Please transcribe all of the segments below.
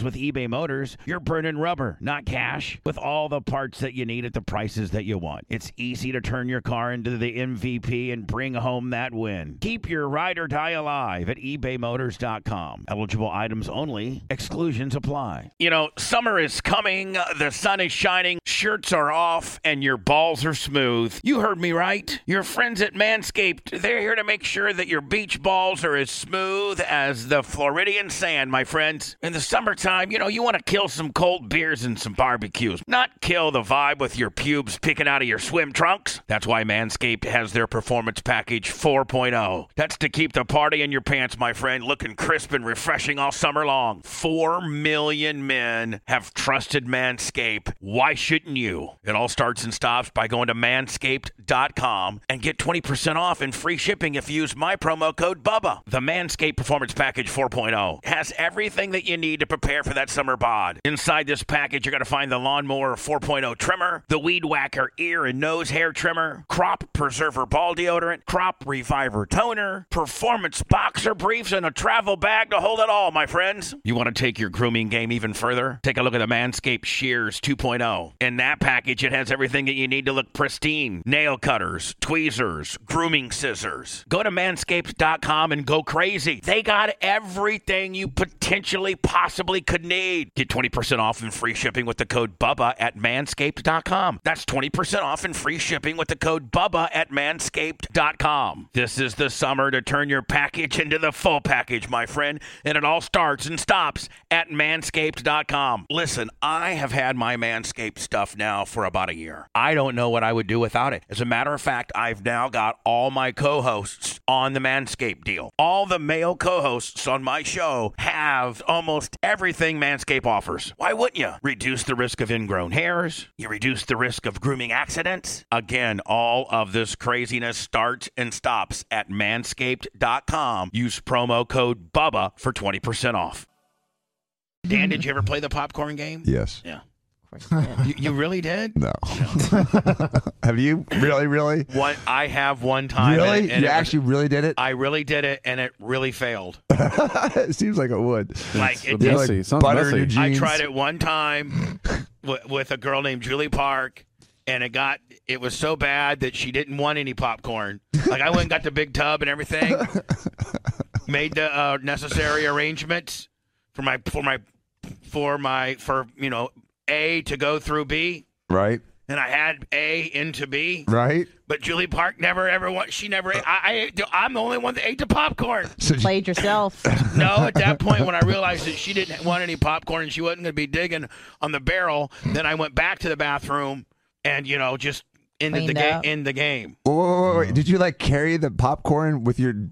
with eBay Motors, you're burning rubber, not cash. With all the parts that you need at the prices that you want, it's easy to turn your car into the MVP and bring home that win. Keep your ride or die alive at ebaymotors.com. Eligible items only, exclusions apply. You know, summer is coming, the sun is shining, shirts are off, and your balls are smooth. You heard me right. Your friends at Manscaped, they're here to make sure that your beach balls are as smooth as the Floridian sand, my friends. In the summertime, you know, you want to kill some cold beers and some barbecues, not kill the vibe with your pubes picking out of your swim trunks. That's why Manscaped has their Performance Package 4.0. That's to keep the party in your pants, my friend, looking crisp and refreshing all summer long. Four million men have trusted Manscaped. Why shouldn't you? It all starts and stops by going to manscaped.com and get 20% off and free shipping if you use my promo code BUBBA. The Manscaped Performance Package 4.0 has everything that you need to prepare for that summer bod. Inside this package, you're going to find the Lawnmower 4.0 trimmer, the Weed Whacker ear and nose hair trimmer, Crop Preserver ball deodorant, Crop Reviver toner, Performance boxer briefs, and a travel bag to hold it all, my friends. You want to take your grooming game even further? Take a look at the Manscaped Shears oh. 2.0. In that package, it has everything that you need to look pristine nail cutters, tweezers, grooming scissors. Go to manscaped.com and go crazy. They got everything you potentially possibly could need. Get 20% off and free shipping with the code BUBBA at manscaped.com. That's 20% off and free shipping with the code BUBBA at manscaped.com. This is the summer to turn your package into the full package, my friend, and it all starts and stops at manscaped.com. Um, Listen, I have had my Manscaped stuff now for about a year. I don't know what I would do without it. As a matter of fact, I've now got all my co hosts on the Manscaped deal. All the male co hosts on my show have almost everything Manscaped offers. Why wouldn't you? Reduce the risk of ingrown hairs, you reduce the risk of grooming accidents. Again, all of this craziness starts and stops at manscaped.com. Use promo code BUBBA for 20% off. Dan, did you ever play the popcorn game? Yes. Yeah. Of course you did. You, you really did? No. Have you really, really, What I have one time. and- really? and it you was- actually really did it? I really did it, and it really failed. it seems like it would. Like it, You're Messy. Sounds butter in messy. your I jeans. tried it one time with, with a girl named Julie Park, and it got it was so bad that she didn't want any popcorn. Like I went and got the big tub and everything, made the uh, necessary arrangements for my for my for my for you know A to go through B, Right. and I had A into B. Right. But Julie Park never ever wa- she never ate, I, I ate- I'm the only one that ate the popcorn. So you- Played yourself. No, at that point when I realized that she didn't want any popcorn and she wasn't going to be digging on the barrel, then I went back to the bathroom and you know just ended the Cleaned game. up. End the game. Whoa, whoa, whoa, wait. Did you like carry the popcorn with your w-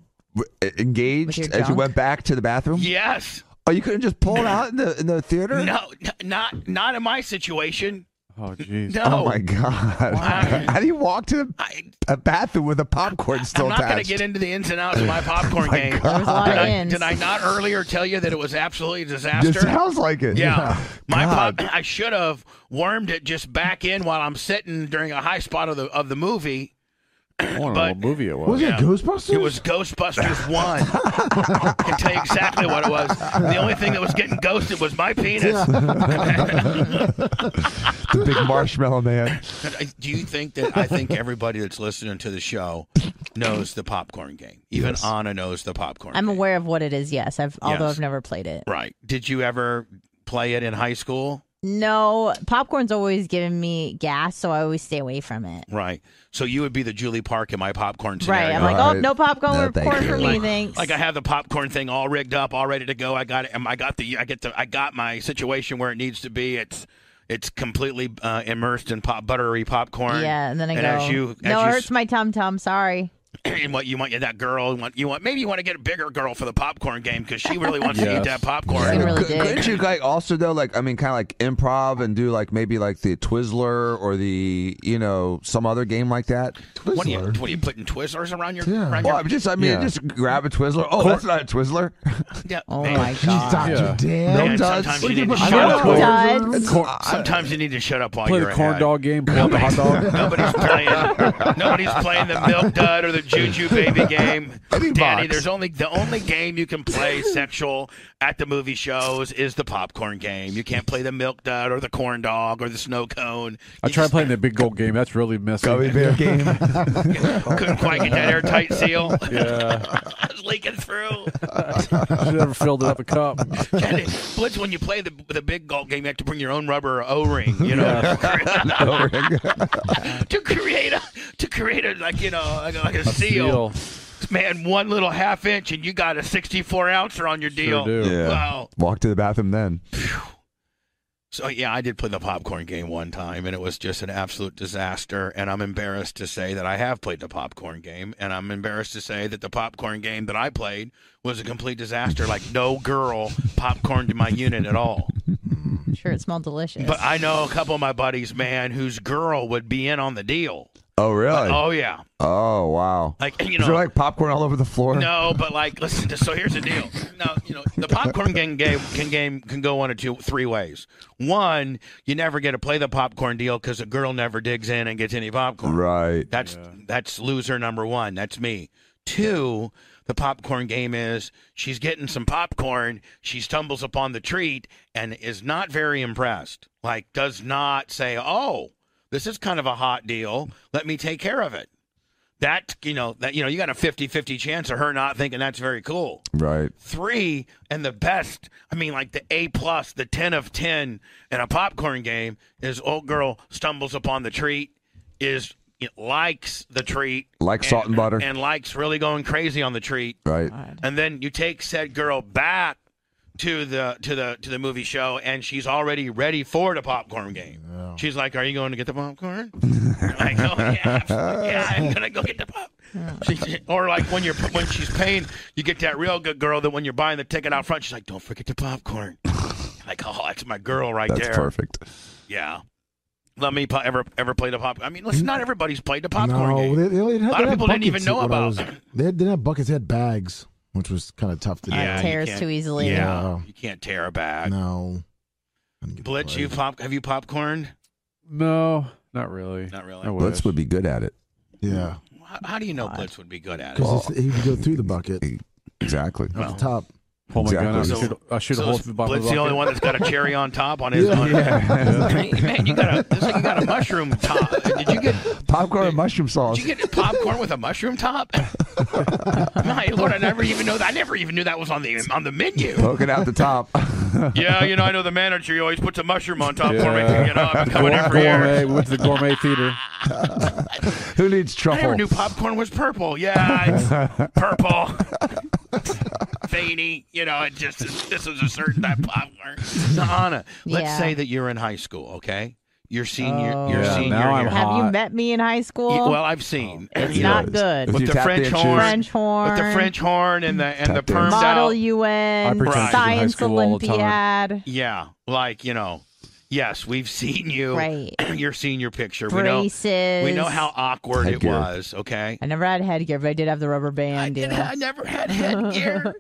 e, engaged With your as you junk? went back to the bathroom? Yes. Oh, you couldn't just pull it out in the in the theater? No. n- Not not in my situation. Oh, jeez. No. Oh my god! How do you walk to the I, a bathroom with a popcorn still I'm not going to attached? get into the ins and outs of my popcorn game. There was a lot Did of I, ins. did I not earlier tell you that it was absolutely a disaster? It sounds like it. Yeah. My God. pop, I should have wormed it just back in while I'm sitting during a high spot of the of the movie. What But- a movie it was. Was Yeah. it Ghostbusters? It was Ghostbusters one. I can tell you exactly what it was. The only thing that was getting ghosted was my penis. the big marshmallow man. Do you think that I think everybody that's listening to the show knows the popcorn game? Even Anna knows the popcorn. I'm game. aware of what it is. Yes, I've although Yes. I've never played it. Right? Did you ever play it in high school? No, popcorn's always given me gas, so I always stay away from it. Right. So you would be the Julie Park in my popcorn Right. scenario. I'm like, All oh, right. no popcorn No, or thank corn you. for me, Like- thanks. Like I have the popcorn thing all rigged up, all ready to go. I got it. um, I got the. I get the. I got my situation where it needs to be. It's. It's completely uh, immersed in pop buttery popcorn. yeah, and then I go. as you, as no, you it s- hurts my tum tum. Sorry. and what you want yeah, that girl you want you want maybe you want to get a bigger girl for the popcorn game because she really wants to Yes. eat that popcorn. She really Cou- did. Couldn't you like also though like I mean kind of like improv and do like maybe like the Twizzler or the you know some other game like that? What are you Twizzler. what are you putting Twizzlers around your Yeah. around Well, your I'm just I mean Yeah. just grab a Twizzler. Oh, that's not a Twizzler. yeah, Oh man. my god. Yeah. No Man, does. sometimes What you do you need to put shut corn up. dogs? Dogs. Cor- Sometimes you need to shut up while play you're the ahead. corn dog game, pull out the hot dog. Nobody's playing. Nobody's playing the milk dud or the juju baby game. Daddy, box. there's only the only game you can play sexual at the movie shows is the popcorn game. You can't play the milk dud or the corn dog or the snow cone. You I tried just playing the big gold game. That's really messy. Gummy bear game. couldn't quite get that airtight seal. Yeah, I was leaking through. should never filled it up a cup. Daddy, Blitz, when you play the the big golf game, you have to bring your own rubber O ring. You know. to create a to create a like you know like a, like a, seal. Deal. man one little half inch and you got a 64 ouncer on your deal do. Yeah. wow Walk to the bathroom then. so yeah i did play the popcorn game one time and it was just an absolute disaster and i'm embarrassed to say that i have played the popcorn game and i'm embarrassed to say that the popcorn game that i played was a complete disaster like no girl popcorned in my unit at all I'm sure it smelled delicious. but i know a couple of my buddies man whose girl would be in on the deal Oh really? oh yeah Oh wow. like you Is know there like popcorn all over the floor? No, but like, listen. Just, so here's the deal. No, you know, the popcorn game game can game can go one of two, three ways. One, you never get to play the popcorn deal because a girl never digs in and gets any popcorn. Right. That's that's loser number one. That's me. Two, the popcorn game is she's getting some popcorn. She stumbles upon the treat and is not very impressed. Like, does not say, "Oh, this is kind of a hot deal. Let me take care of it." That you know that you know you got a 50-50 chance of her not thinking that's very cool Right. three and the best i mean like the a plus the 10 of 10 in a popcorn game is old girl stumbles upon the treat is it likes the treat Like salt and butter. and likes really going crazy on the treat Right. and then you take said girl back to the to the to the movie show and she's already ready for the popcorn game she's like are you going to get the popcorn i go yeah, absolutely. yeah i'm gonna go get the pop She- or like when you're when she's paying you get that real good girl that when you're buying the ticket out front she's like don't forget the popcorn like oh that's my girl right That's there perfect. yeah let me po- ever ever play the popcorn. I mean, listen, not everybody's played the popcorn no, game. They, they only had, A lot they of had people didn't buckets even know when I was- about it. They had- they had buckets. They had bags, which was kind of tough to do. Yeah, you tears can't- too easily. Yeah, Yeah. you can't tear a bag. No. I didn't get Blitz, to you pop? Have you popcorn? No, not really. Not really. I wish. Blitz would be good at it. play. Yeah, How, how do you know Blitz would be good at it? because he could go through the bucket at Exactly. Well, the top. Pull my gun out. Exactly. I shoot, I shoot so a hole is through the bottom of Blitz the the only bucket. one that's got a cherry on top on his one. Man, you got a it's like you got a mushroom top. Did you get Popcorn and mushroom sauce. did you get popcorn with a mushroom top? My lord, I never even know that. I never even knew that was on the on the menu. Poking out the top. Yeah, you know, I know the manager. He always puts a mushroom on top for me Yeah. to get up and coming Gour- every year. gourmet. We went to the gourmet theater. Who needs I never truffle? knew popcorn was purple. Yeah, it's purple. Veiny, you know, it just this was a certain type of Oh. popcorn. So Anna, let's Yeah. say that you're in high school, okay? You're senior, Oh. you're Yeah, senior. now I'm year. hot. Oh, Have you met me in high school? Yeah, Well, I've seen. it's you not know, good. If With you the tap French dances- horn. French horn. with the French horn and the and the Tap dance. permed Model out. I pretend UN, to do high Science school all the time. Olympiad. Yeah, like you know, yes, we've seen you. Right. your senior picture. Braces. We know. We know how awkward it Headgear. was. Okay. I never had headgear, but I did have the rubber I, band. did, yeah. I never had headgear.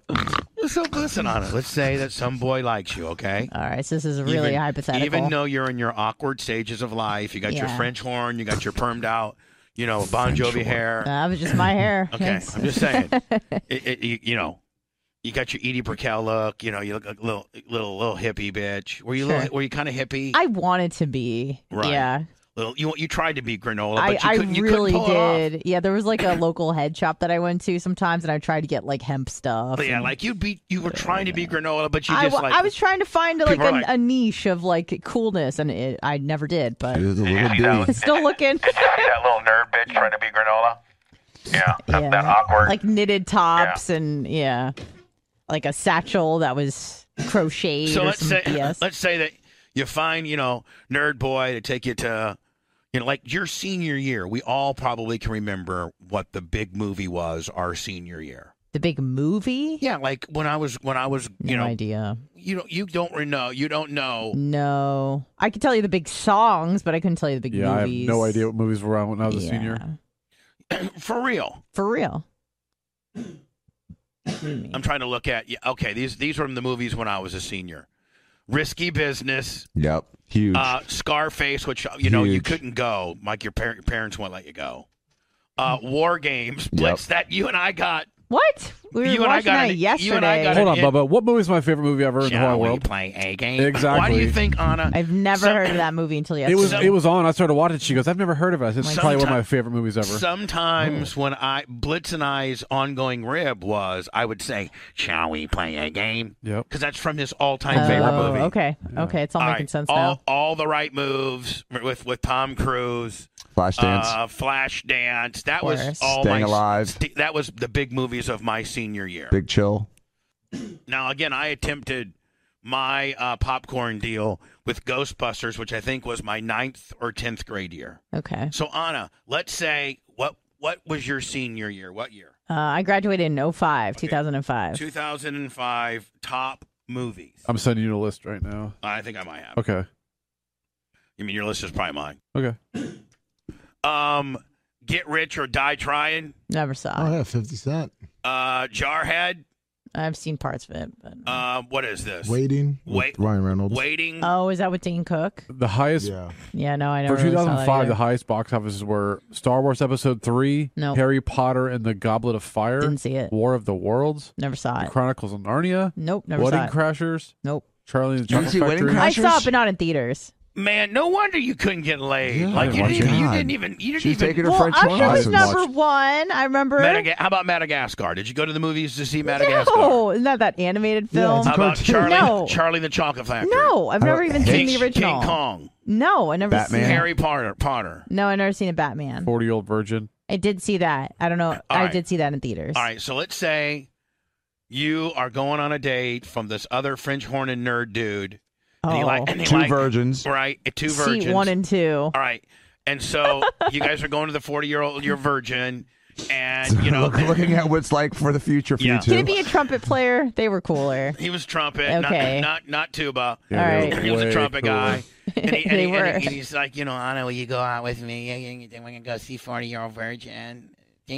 so listen on it. Let's say that some boy likes you, okay? All right, so this is really even, hypothetical. Even though you're in your awkward stages of life, you got your Yeah. French horn, you got your permed out, you know, Bon Jovi hair. that was just my hair. Okay, Thanks. I'm just saying. it, it, you, you know, you got your Edie Brickell look. You know, you look like a little, little, little hippie bitch. Were you, Sure. little, were you kind of hippie? I wanted to be. Right. Yeah. little, you, you tried to be granola, but I, you I couldn't. you couldn't really pull it off. did. Yeah, there was like a local head shop that I went to sometimes, and I tried to get like hemp stuff. But yeah, and- like you be, you were trying to be granola, but you I, just wa- like I was trying to find like, People a, are like- a niche of like coolness, and it, I never did. But Here's a little bee. still looking. that little nerd bitch trying to be granola. Yeah, yeah. Like knitted tops and yeah, like a satchel that was crocheted. So or let's some say BS. let's say that you find you know nerd boy to take you to you know, like your senior year, we all probably can remember what the big movie was our senior year. The big movie? Yeah, like when I was when I was you no know idea. you don't you don't re- know you don't know No. I could tell you the big songs, but I couldn't tell you the big Yeah, movies. I have no idea what movies were on when I was a senior. Yeah. for real. For real. What do you mean? I'm trying to look at yeah, okay these these were the movies when I was a senior. Risky Business, Yep. Huge. uh, Scarface, which uh, you know you Huge. couldn't go, like your, par- your parents won't let you go. Uh, Mm. War Games, Yep. Blitz that you and I got. what? We were You and I watching got that an- you yesterday. and I got an- Hold on, it- Bubba. What movie is my favorite movie ever in the Shall whole we world? play a game? Why do Exactly. you think Anna? I've never Some- heard of that movie until It yesterday. was Some- it was on. I started watching. it. She goes, "I've never heard of it." I said, It's probably one of Sometime- my favorite movies ever. Oh. Sometimes when I Blitz and I's ongoing rib was, I would say, "Shall we play a game?" Yep. Because that's from his all-time oh, favorite movie. Okay. Okay. It's all, All making right, sense now. all, all the right moves with with Tom Cruise, Flashdance. uh, Flashdance. That was course. all Staying my Alive. st- that was the big movies of my senior year. Big chill. Now again, I attempted my uh, popcorn deal with Ghostbusters, which I think was my ninth or tenth grade year. Okay. So Anna, let's say what what was your senior year? What year? Uh, I graduated in 05, Okay. 2005. 2005 top movies. I'm sending you a list right now. I think I might have. Okay. I mean, your list is probably mine. Okay. Um, Get Rich or Die Trying. Never saw Oh it. yeah, Fifty Cent. Uh, Jarhead. I've seen parts of it. But... Uh, what is this? Waiting. with Wait- Ryan Reynolds. Waiting. oh, is that with Dean Cook? The highest Yeah. Yeah, no, I never for really saw that 2005. either. The highest box offices were Star Wars Episode Three, Nope. Harry Potter and the Goblet of Fire, Didn't see it. War of the Worlds, Never saw The it. Chronicles of Narnia, Nope, never Wedding saw it. Crashers, Nope. Charlie and the You didn't Chocolate see Wedding Factory. Crash- I saw it, Crashers? but not in theaters. Man, no wonder you couldn't get laid. Yeah, I like you didn't didn't, watch it. you God. didn't even. You didn't She's even. taking her Well, French Usher was lessons. number one. I remember. Madaga- How about Madagascar? Did you go to the movies to see Madagascar? no, isn't that that animated Yeah, film? it's How about Cartoon. Charlie? No. Charlie the Chocolate Factory. no, I've never don't- even seen King, the original. King Kong. No, I never Batman. seen. Harry Potter. Potter. No, I never seen a Batman. Forty Year Old Virgin. I did see that. I don't know. I right. did see that in theaters. All right, so let's say you are going on a date from this other French horn and nerd dude. Oh. And he like, and he Two like- virgins. Right, eh, two see virgins. one and two. All right, and so you guys are going to the forty-year-old, you're virgin, and you know, Look- looking at what's like for the future for Yeah. you two. Could it be a trumpet player? They were cooler. he was trumpet, Okay. not not not tuba. All right. He was a Way trumpet cooler. guy, and, he, and, They he- were. and he- and he's like, you know, Anna, will you go out with me? Yeah, yeah, yeah, then We're gonna go see forty-year-old virgin.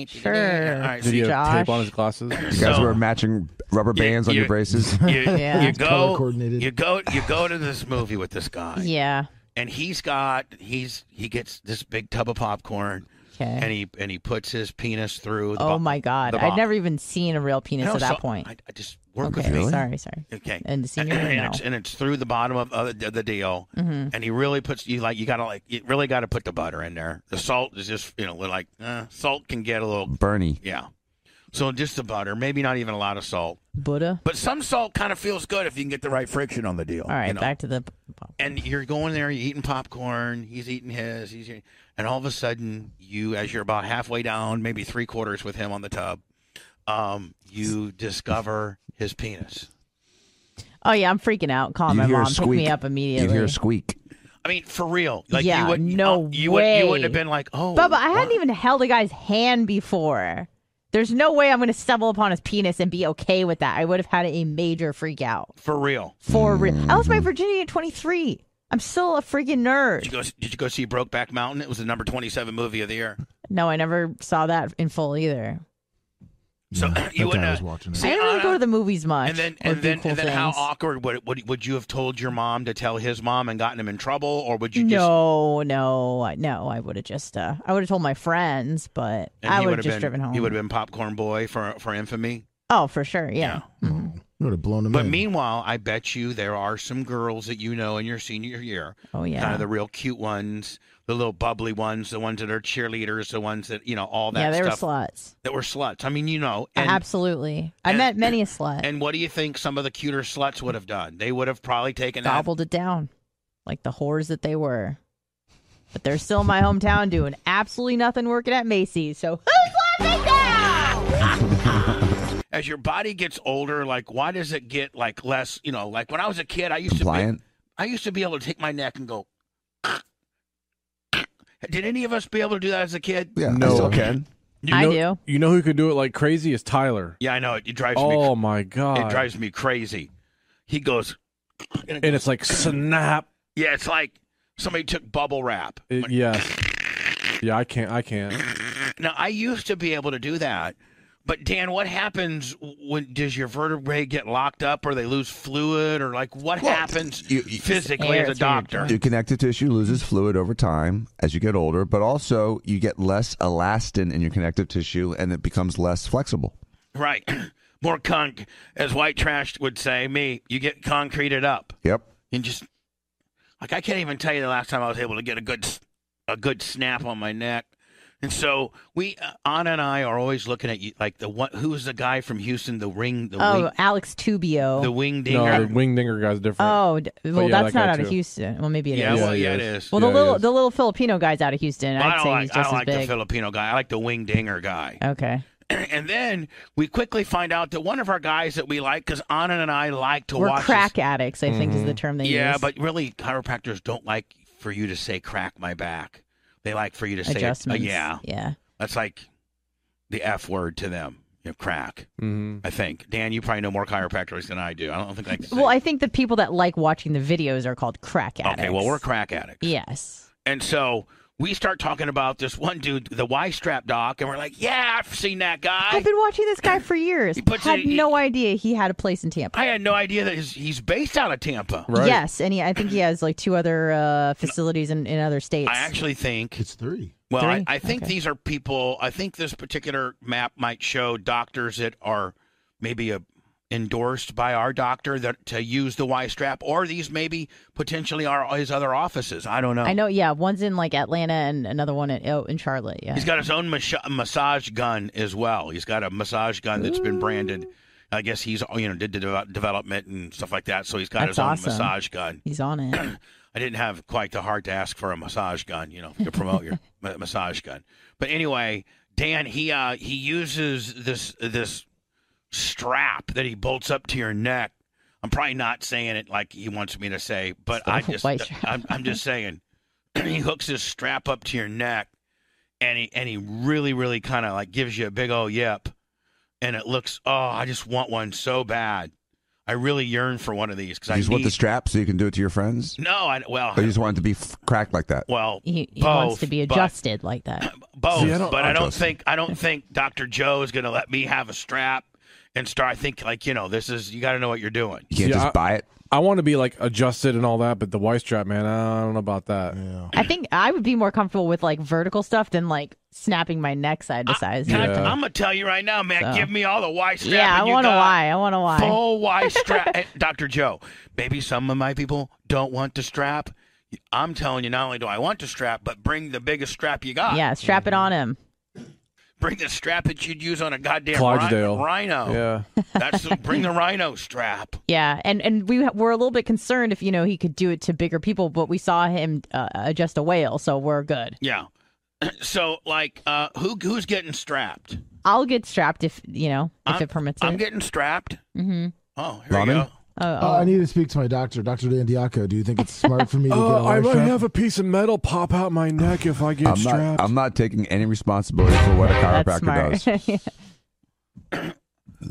Sure. All right, so Did he you, have tape Josh. on his glasses? You guys so- wear matching rubber Yeah, bands on you- your braces. you, Yeah. you It's Color go, coordinated. you go, you go to this movie with this guy. Yeah. and he's got he's he gets this big tub of popcorn and Okay. he and he puts his penis through. The Oh bo- my God. the I'd bo- never even seen a real penis No, at that so point. I, I just work okay. with me. Sorry. Sorry. Okay. And the senior and, year, no. Mm-hmm. it's, and it's through the bottom of, of the, the deal, and he really puts you like you gotta like you really gotta put the butter in there. The salt is just you know we're like uh, salt can get a little Bernie. yeah, so just the butter, maybe not even a lot of salt, Buddha. but some salt kind of feels good if you can get the right friction on the deal. All right. you know? Back to the. and you're going there, you're eating popcorn, he's eating his, he's eating, and all of a sudden, you, as you're about halfway down, maybe three quarters with him on the tub, um, you discover his penis. Oh yeah, I'm freaking out. Calling You my hear a mom. Pick me squeak. up You immediately. hear a squeak. I mean, for real. Like Yeah, you would uh, no you would you way. wouldn't have been like, oh, Bubba, I hadn't what? even held a guy's hand before. There's no way I'm going to stumble upon his penis and be okay with that. I would have had a major freak out. for real. For real. I lost my virginity at 23. I'm still a freaking Did you nerd. go? Did you go see Brokeback Mountain? It was the number twenty-seven movie of the year. No, I never saw that in full either. So Yeah, you Mm. that wouldn't. guy was have- watching it. See, I didn't really Anna, go to the movies much. And then, or and do then, cool and then, how things. awkward would, it- would would you have told your mom to tell his mom and gotten him in trouble, or would you just No, no, no. I would have just, uh, I would have told my friends, but And I he would have would've just been- driven home. He would have been popcorn boy for for infamy. oh, for sure. Yeah. Mm-hmm. Mm-hmm. You would have blown him But Hmm. in. meanwhile, I bet you there are some girls that you know in your senior year, Oh, kind yeah. of the real cute ones, the little bubbly ones, the ones that are cheerleaders, the ones that you know all that yeah, they stuff were sluts. that were sluts. I mean, you know, and Absolutely. I and- met many a slut. and what do you think some of the cuter sluts would have done? They would have probably taken that. gobbled it down like the whores that they were. But they're still in my hometown doing absolutely nothing working at Macy's. So who's laughing now? As your body gets older, like why does it get like less? You know, like when I was a kid, I used to be, Compliant. I used to be able to take my neck and go Did any of us be able to do that as a kid? Yeah, No. I still can. You I know, do. You know who can do it like crazy is Tyler. Yeah, I know. It, it drives Oh me. my god! It drives me crazy. He goes, and and it's like snap. yeah, it's like somebody took bubble wrap. It- yes. Yeah, I can't. I can't. Now I used to be able to do that, but Dan, what happens when does your vertebrae get locked up, or they lose fluid, or like what Well, happens you- you- physically Air as a through your doctor? Your connective tissue loses fluid over time as you get older, but also you get less elastin in your connective tissue and it becomes less flexible. Right, more conk, as white trash would say. Me, you get concreted up Yep. and just like I can't even tell you the last time I was able to get a good s- a good snap on my neck. And so we, uh, Anna and I, are always looking at you like the one who's the guy from Houston, the ring, the Oh, wing, Alex Tubio. the wing No, dinger. the wing dinger guy's different. oh, d- well, yeah, that's that guy not out of too. Houston. Well, maybe it is. yeah, well, Yeah, yeah, it it is. is. Well, the Yeah, little yes. the little Filipino guy's out of Houston. I I'd don't say like, he's just I don't as like the big. Filipino guy. I like the wing dinger guy. okay, and then we quickly find out that one of our guys that we like, because Anna and I like to we're watch. crack addicts. I think is the term they this- yeah, use. but really, chiropractors don't like for you to say "crack my back." They like for you to say, uh, adjustments. "Yeah." yeah. That's like the F word to them. You know, crack. hmm Mm-hmm. I think Dan, you probably know more chiropractors than I do. I don't think I. Can say- Well, I think the people that like watching the videos are called crack addicts. okay. Well, we're crack addicts. Yes. And so we start talking about this one dude, the Y strap doc, and we're like, "Yeah, I've seen that guy." I've been watching this guy for years. He puts Had it- he- no idea he had a place in Tampa. I had no idea that he's, he's based out of Tampa. Right. Yes, and he, I think he has like two other uh, facilities in, in other states. I actually think, It's three. well, I, Three? I think Okay. these are people, I think this particular map might show doctors that are maybe a, endorsed by our doctor that to use the Y strap, or these maybe potentially are his other offices. I don't know. I know. Yeah, one's in like Atlanta and another one in oh, in Charlotte. Yeah. He's got his own mas- massage gun as well. He's got a massage gun that's been branded. I guess he's, you know, did the de- development and stuff like that. So he's got That's his own awesome. massage gun. He's on it. I didn't have quite the heart to ask for a massage gun, you know, to promote your ma- massage gun. But anyway, Dan he uh, he uses this this strap that he bolts up to your neck. I'm probably not saying it like he wants me to say, but I It's the just white strap. I'm, I'm just saying he hooks his strap up to your neck, and he and he really really kind of like gives you a big old yip, and it looks oh I just want one so bad. I really yearn for one of these because You I just need want the strap so you can do it to your friends? no I well Or you just want it to be f- cracked like that? well, He, he Both, wants to be but- adjusted like that. both, See, I don't- but I don't Justin. think I don't think Dr. Joe is going to let me have a strap and start. I think like you know this is you got to know what you're doing. You can't Yeah, just I- buy it? I want to be like adjusted and all that, but the white strap, man, I don't know about that. Yeah. I think I would be more comfortable with like vertical stuff than like snapping my neck side to side. Can I, Yeah. am gonna tell you right now, man. So. Give me all the Y strap. Yeah, I and you want to got why. I want to why. Full Y strap, Eh, Dr. Joe. Maybe some of my people don't want the strap. I'm telling you, not only do I want the strap, but bring the biggest strap you got. Yeah, strap it on him. Bring the strap that you'd use on a goddamn Clydesdale. rhi- rhino. Yeah. That's the, bring the rhino strap. Yeah, and and we were a little bit concerned if you know he could do it to bigger people, but we saw him uh, adjust a whale, so we're good. Yeah. So like uh who who's getting strapped? I'll get strapped if you know if it permits I'm it. getting strapped. mm-hmm. Oh, here we Ramen? go. Oh, Uh, I need to speak to my doctor, Dr. Dandiaco. Do you think it's smart for me to get a Uh, I life might strap? have a piece of metal pop out my neck if I get I'm strapped. not, I'm not taking any responsibility for what a that's chiropractor smart. does.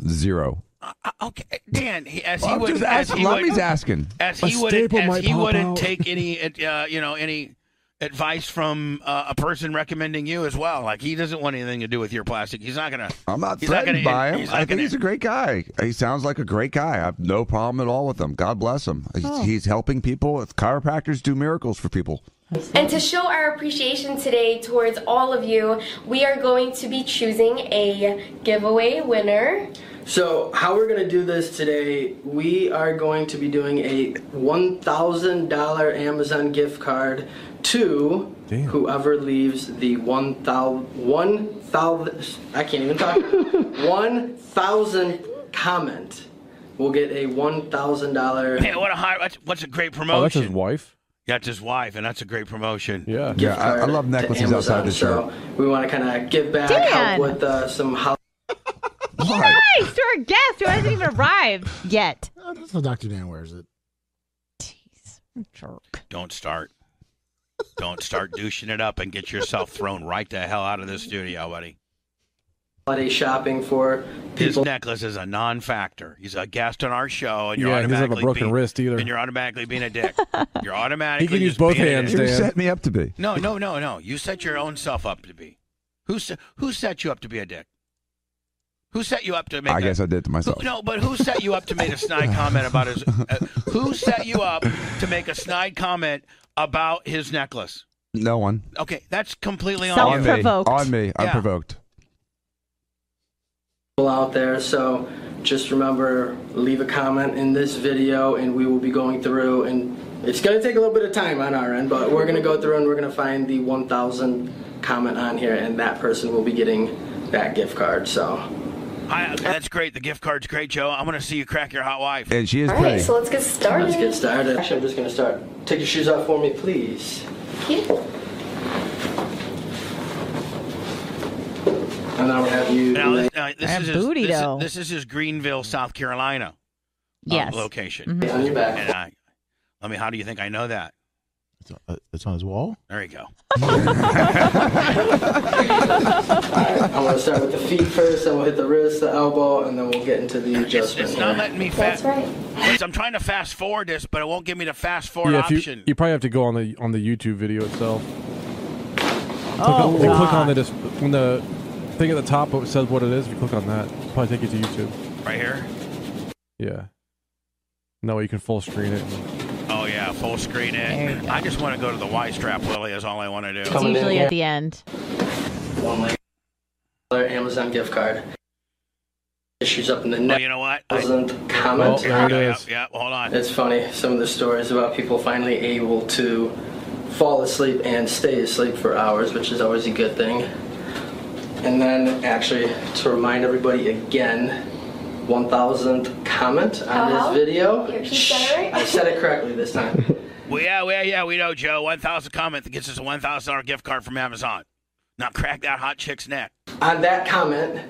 Zero. Uh, uh, okay, Dan. He, as he I'm would, just as asking. he Let would, me's asking. as A he wouldn't, staple as might he pop wouldn't out. take any, uh, you know, any advice from uh, a person recommending you as well. Like he doesn't want anything to do with your plastic. He's not gonna. I'm not He's not threatened gonna- by him. he's not I think gonna- he's a great guy. He sounds like a great guy. I have no problem at all with him. God bless him. He's, he's helping people. Chiropractors do miracles for people. And to show our appreciation today towards all of you, we are going to be choosing a giveaway winner. So, how we're going to do this today, we are going to be doing a $1,000 Amazon gift card to whoever leaves the 1,000, 1,000, I can't even talk, 1,000 comment will get a $1,000 Man, what a high. That's, what's a great promotion. oh, that's his wife. That's his wife, and that's a great promotion. Yeah. Yeah, I- I card love to necklaces outside the So, we want to kind of give back, Dan! help with uh, some holiday. Why? Nice to our guest who hasn't even arrived yet. Uh, That's how Dr. Dan wears it. Jeez, jerk. Don't start. Don't start douching it up and get yourself thrown right the hell out of the studio, buddy. holiday shopping for His people. necklace is a non-factor. He's a guest on our show, and you're Yeah, he doesn't automatically have a broken being- wrist either. And you're automatically being a dick. You're automatically. He can use just both being a hands, dick. You Dan. set me up to be. No, no, no, no. You set your own self up to be. Who se- who set you up to be a dick? Who set you up to make? I that- guess I did to myself. Who- no, but who set you up to make a snide comment about his? Uh, who set you up to make a snide comment about his necklace? No one. Okay, that's completely on On you. me. Self-provoked. On me. I'm Yeah. provoked. out there. So just remember, leave a comment in this video, and we will be going through. And it's going to take a little bit of time on our end, but we're going to go through and we're going to find the 1,000 comment on here, and that person will be getting that gift card. So I, uh, that's great. The gift card's great, Joe. I'm gonna see you crack your hot wife. And she is All right, pretty. so let's get started. let's get started. Actually, I'm just going to start. Take your shoes off for me, please. Yeah. And I'll have you. Now, lay this, now, this That is booty, his, this, though. is, this is his Greenville, South Carolina uh, Yes. location. Mhm. on your back. And I, I mean, how do you think I know that? It's, uh, it's on his wall. There you go. I'm going to start with the feet first, then we'll hit the wrist, the elbow, and then we'll get into the It's, adjustment. it's not here. letting me That's fast. right. I'm trying to fast forward this, but it won't give me the fast forward yeah, if you, option. you probably have to go on the on the YouTube video itself. Oh, click, on, click on God. the dis- when the thing at the top it says what it is. If you click on that, it'll probably take you to YouTube. right here. Yeah. No, you can full screen it. Oh yeah, full screen There you it. go. I just want to go to the Y strap, Willie. Is all I want to do. It's Coming in usually here. at the end. one leg, another Amazon gift card. Issues up in the Oh, next you know what? I- thousand Oh, comments. there it yeah, is. yeah, yeah, hold on. It's funny some of the stories about people finally able to fall asleep and stay asleep for hours, which is always a good thing. And then, actually, to remind everybody again, 1,000th comment on Uh-huh. this video. Here, she said it right. I said it correctly this time. Well, yeah, well, yeah, we know, Joe. One thousand comment that gets us a one thousand dollar gift card from Amazon. Now crack that hot chick's neck. on that comment,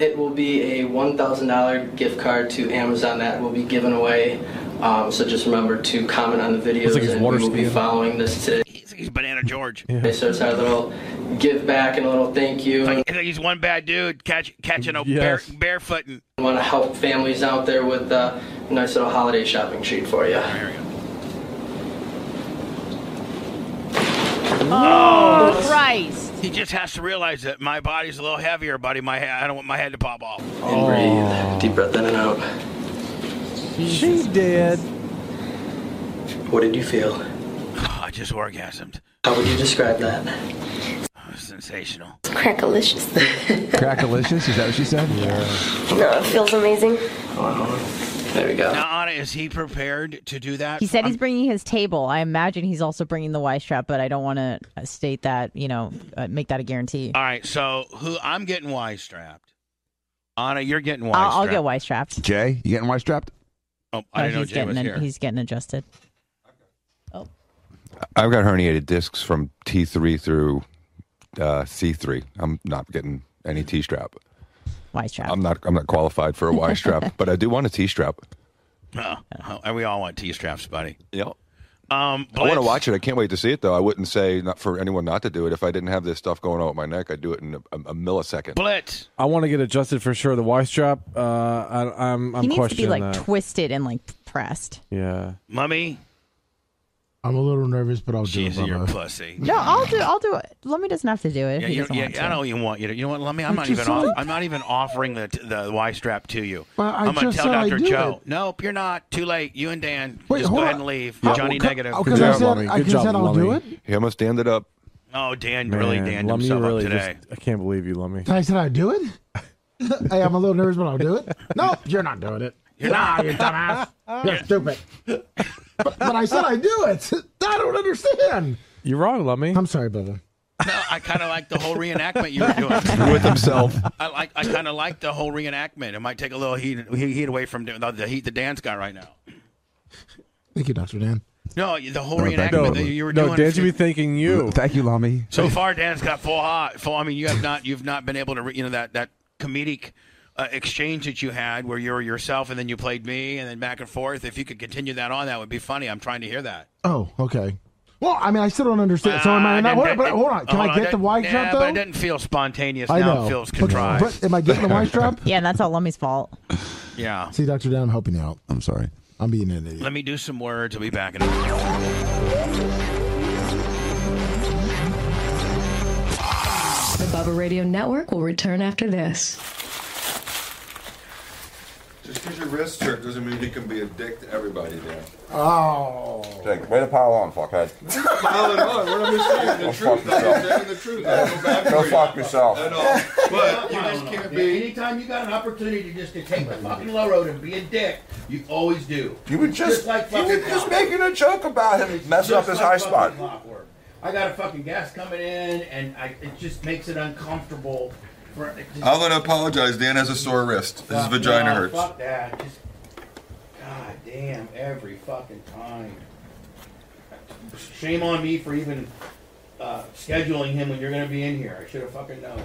it will be a $1,000 gift card to Amazon that will be given away. Um, so just remember to comment on the videos, Looks like he's and we water will be skiing. following this today. He's, he's Banana George. So it's our little give back and a little thank you. Like, he's one bad dude catch, catching a Yes. bare, barefooting. I want to help families out there with uh, a nice little holiday shopping treat for you. There we go. Oh, Christ. He just has to realize that my body's a little heavier, buddy. My head, I don't want my head to pop off. And breathe. Deep breath in and out. She did. What did you feel? I just orgasmed. How would you describe that? Oh, sensational. It's crackalicious. Crackalicious? Is that what she said? No, it feels amazing. Uh-huh. There we go. Now, Anna, is he prepared to do that? He said I'm- he's bringing his table. I imagine he's also bringing the Y strap, but I don't want to state that, you know, uh, make that a guarantee. All right, so who I'm getting Y strapped. Anna, you're getting Y strapped. I'll, I'll get Y strapped. Jay, you getting Y strapped? Oh, I didn't know he's Jay was getting here. he's getting adjusted. I've got herniated discs from T3 through uh, C3. I'm not getting any T strap. Y strap. I'm not. I'm not qualified for a Y strap, but I do want a T strap. Oh, and we all want T straps, buddy. Yeah. Um, I want to Blitz, watch it. I can't wait to see it, though. I wouldn't say not for anyone not to do it. If I didn't have this stuff going on with my neck, I'd do it in a, a millisecond. Blitz. I want to get adjusted for sure. The Y strap. Uh, I, I'm I'm he needs to be questioning like that. twisted and like pressed. yeah. Mummy, I'm a little nervous, but I'll do she's it. your brother. pussy. No, I'll do. I'll do it. Lemmy doesn't have to do it. if Yeah, he you, doesn't yeah, want to. I don't even want you. To, you know what, Lemmy? I'm not even. Off, I'm not even offering the the Y strap to you. Well, I am gonna just tell said I Dr. do Joe. Nope, you're not. Too late. You and Dan Wait, just go hold ahead on. and leave. How- Johnny well, negative. oh, co- Good Because I job, said, Lonnie. I Good just job, said I'll do it. Lonnie. He almost ended up. Oh, Dan really Man, danned Lummi himself really up today. just- I can't believe you, Lummy. I said I'd do it. hey, I'm a little nervous, but I'll do it. No, you're not doing it. You're not, you dumbass. You're stupid. But, but I said I do it. I don't understand. You're wrong, Lummy. I'm sorry, brother. No, I kind of like the whole reenactment you were doing. with himself. I like. I kind of like the whole reenactment. It might take a little heat heat away from the, the heat that Dan's got right now. Thank you, Dr. Dan. No, the Oh, whole No, reenactment thank you. that you were no, doing. Dan should be thanking you. Thank you, Lami. so far, Dan's got full hot. Full. I mean, you have not. You've not been able to. Re, you know that that comedic. Uh, exchange that you had where you were yourself and then you played me and then back and forth. If you could continue that on, that would be funny. I'm trying to hear that. Oh, okay. Well, I mean, I still don't understand. So am I not? Uh, Hold that- on, but hold on. Can hold I on, get that- the wide yeah, drop though? But it doesn't feel spontaneous. I now know. it feels But- contrived. but am I getting the wise drop? yeah, and that's all Lummy's fault. yeah. See, Doctor Dan, I'm helping you out. I'm sorry. I'm being an idiot. Let me do some words. I'll be back in a The Bubba Radio Network will return after this. Just because your wrist hurt doesn't mean you can be a dick to everybody, Dan. Oh. Like, way to pile on, fuckhead. Well, no, we're not mistaken. The Don't truth, fuck I'm yourself. saying the truth. I go back Go for you. fuck yourself. I know. But you just can't be. Anytime you got an opportunity just to take the fucking low road and be a dick, you always do. You were just, you were just making a joke about him messing up his Just like high fucking spot. clockwork. I got a fucking gas coming in, and I, it just makes it uncomfortable. For, it just- I'm gonna apologize. Dan has a sore wrist. His Fuck, vagina no, hurts. Fuck that. Just, God damn, every fucking time. Shame on me for even uh, scheduling him when you're gonna be in here. I should have fucking known.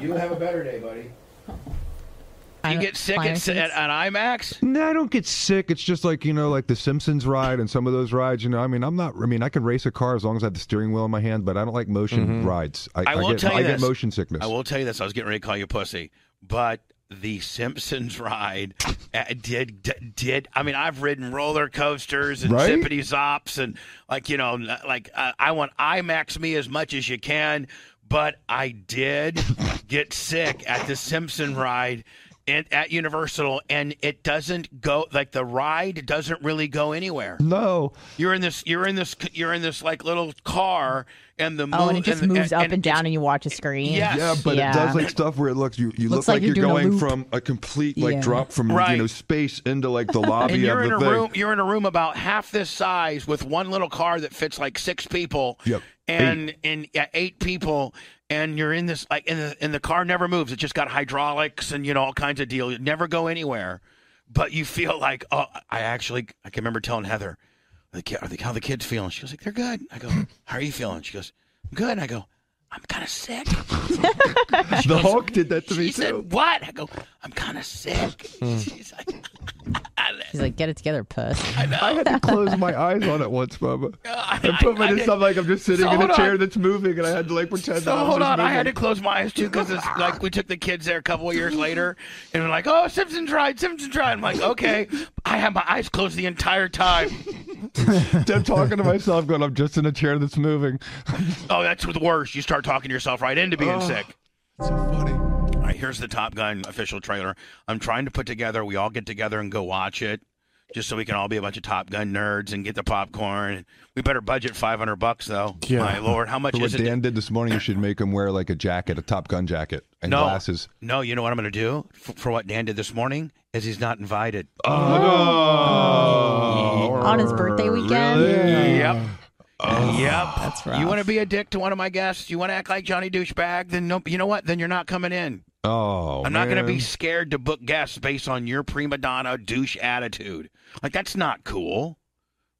You have a better day, buddy. You get sick at, at, at IMAX? No, I don't get sick. It's just like you know, like the Simpsons ride and some of those rides. You know, I mean, I'm not. I mean, I can race a car as long as I have the steering wheel in my hand, but I don't like motion Mhm. rides. I, I will get, tell you I get this. motion sickness. I will tell you this. I was getting ready to call you pussy, but the Simpsons ride uh, did d- did. I mean, I've ridden roller coasters and Right? zippity zops and like you know, n- like uh, I want IMAX me as much as you can, but I did get sick at the Simpson ride. And at Universal, and it doesn't go like the ride doesn't really go anywhere. No, You're in this, you're in this, you're in this like little car, and the Oh, moon and it just and- moves and- up and, down, and you watch a screen. Yeah, but it does like stuff where it looks you, you Looks look like like, you're you're, doing a going loop. from a complete like Yeah. drop from Right. you know space into like the lobby and you're of in the a thing. room you're in a room about half this size with one little car that fits like six people Yep. and and yeah, eight people and you're in this like and the, and the car never moves it just got hydraulics and you know all kinds of deal you never go anywhere but you feel like oh i actually i can remember telling heather the kid, are the, how the kids feeling she goes like they're good i go how are you feeling she goes i'm good and i go i'm kind of sick Oh, the Hulk did that to me she too. said what i go i'm kind of sick She's like, He's like, get it together, puss. I had to close my eyes on it once, Bubba. I put I my did- just I'm like I'm just sitting So in hold a chair on. that's moving, and I had to like pretend. So that I was hold just on, I had to moving. close my eyes too because it's like we took the kids there a couple of years later, and we're like, "Oh, Simpsons ride, Simpsons ride." I'm like, "Okay," I had my eyes closed the entire time. I'm talking to myself, going, I'm just in a chair that's moving. Oh, that's the worst. You start talking yourself right into being Oh, sick. So funny. All right, here's the Top Gun official trailer. I'm trying to put together. We all get together and go watch it, just so we can all be a bunch of Top Gun nerds and get the popcorn. We better budget 500 bucks though. My lord, how much For is what it? Dan did this morning, you should make him wear like a jacket, a Top Gun jacket, and no, glasses. No, you know what I'm going to do for, for what Dan did this morning is he's not invited. Oh, Oh. On his birthday Oh, weekend? really? Yep. yep. That's You rough. want to be a dick to one of my guests? You want to act like Johnny douchebag? Then no. You know what? Then you're not coming in. Oh, I'm not going to be man. scared to book guests based on your prima donna douche attitude. Like that's not cool.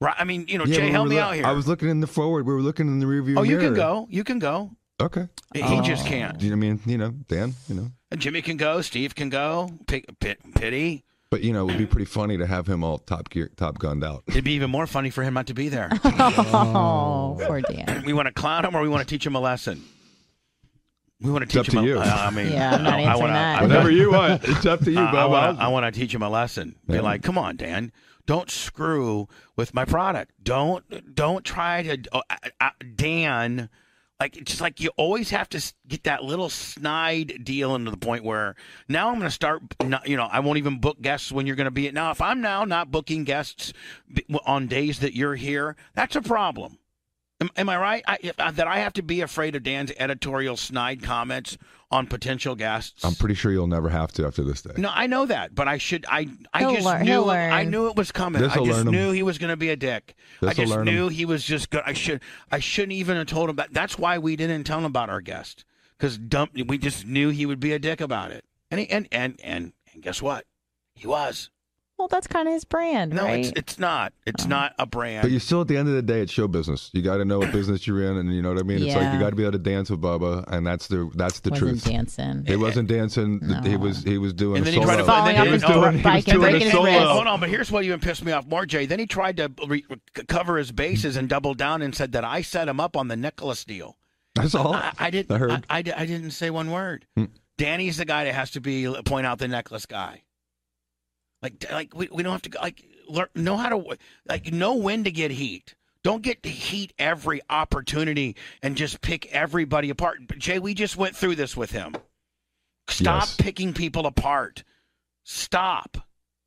Right? I mean, you know, Yeah, Jay, we help were me loo- out here. I was looking in the forward. We were looking in the rearview. oh, you can mirror. go. You can go. Okay. Oh. He just can't. You know, I mean, you know, Dan, you know. Jimmy can go. Steve can go. P- P- pity. But you know, it would be pretty funny to have him all top gear, top gunned out. It'd be even more funny for him not to be there. Oh, poor Dan. we want to clown him or we want to teach him a lesson? We want to up teach to him. you. A, I mean, Yeah, I'm not I, I answering wanna, that. I- Whatever you want. It's up to you, I- I Bubba. wanna- I want to teach him a lesson. Be like, come on, Dan, don't screw with my product. Don't don't try to, oh, I- I- Dan. Like it's just like you always have to s- get that little snide deal into the point where now I'm going to start. Not, you know, I won't even book guests when you're going to be it. Now, if I'm now not booking guests b- on days that you're here, that's a problem. Am, am I right? I, if, uh, that I have to be afraid of Dan's editorial snide comments on potential guests. I'm pretty sure you'll never have to after this day. No, I know that, but I should. I I He'll just learn- knew. he'll I learn. knew it was coming. This'll I just learn him. knew he was going to be a dick. I This'll just learn him. knew he was just. Good. I should. I shouldn't even have told him that. That's why we didn't tell him about our guest because dump. We just knew he would be a dick about it. And he, and and and and guess what? He was. Well, that's kind of his brand, No, right? it's it's not. It's Uh-huh. not a brand. But you still, at the end of the day, it's show business. You got to know what business you're in, and you know what I mean. It's like Yeah. you got to be able to dance with Bubba, and that's the that's the Wasn't truth. dancing. He wasn't dancing. th- He was he was doing. And a then he solo. tried to and then he was he- oh, doing, he was doing a solo. Hold on, but here's what even pissed me off more, Jay. Then he tried to re- c- cover his bases and double down and said that I set him up on the Nicholas deal. That's all. I, I didn't. I I, heard. Hmm. I, di- I didn't say one word. Danny's the guy that has to be point out the necklace guy. Like like we, we don't have to like learn, know how to like know when to get heat. Don't get to heat every opportunity and just pick everybody apart. Jay, we just went through this with him. Stop picking people apart. Stop.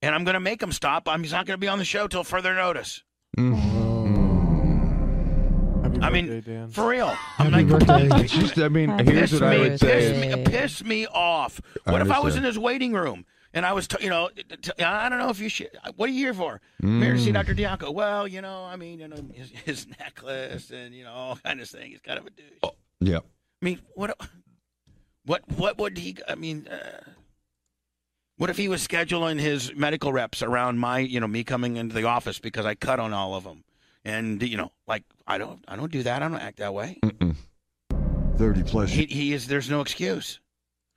And I'm going to make him stop. I'm, he's not going to be on the show till further notice. I mean, for real. I'm Happy like, birthday. It's just- I mean, here's Piss what I me- would say. piss me- It pissed me off. I What if I was understand. in his waiting room and I was, t- you know, t- t- I don't know if you should. What are you here for? I'm here to see Mm. Dr. Dianco. Well, you know, I mean, you know, his, his necklace and, you know, all kind of thing. He's kind of a dude. I Oh, Yeah. mean, what, what, what would he, I mean, uh, what if he was scheduling his medical reps around my, you know, me coming into the office because I cut on all of them, and you know, like I don't, I don't do that. I don't act that way. Thirty plus. He, he is. There's no excuse.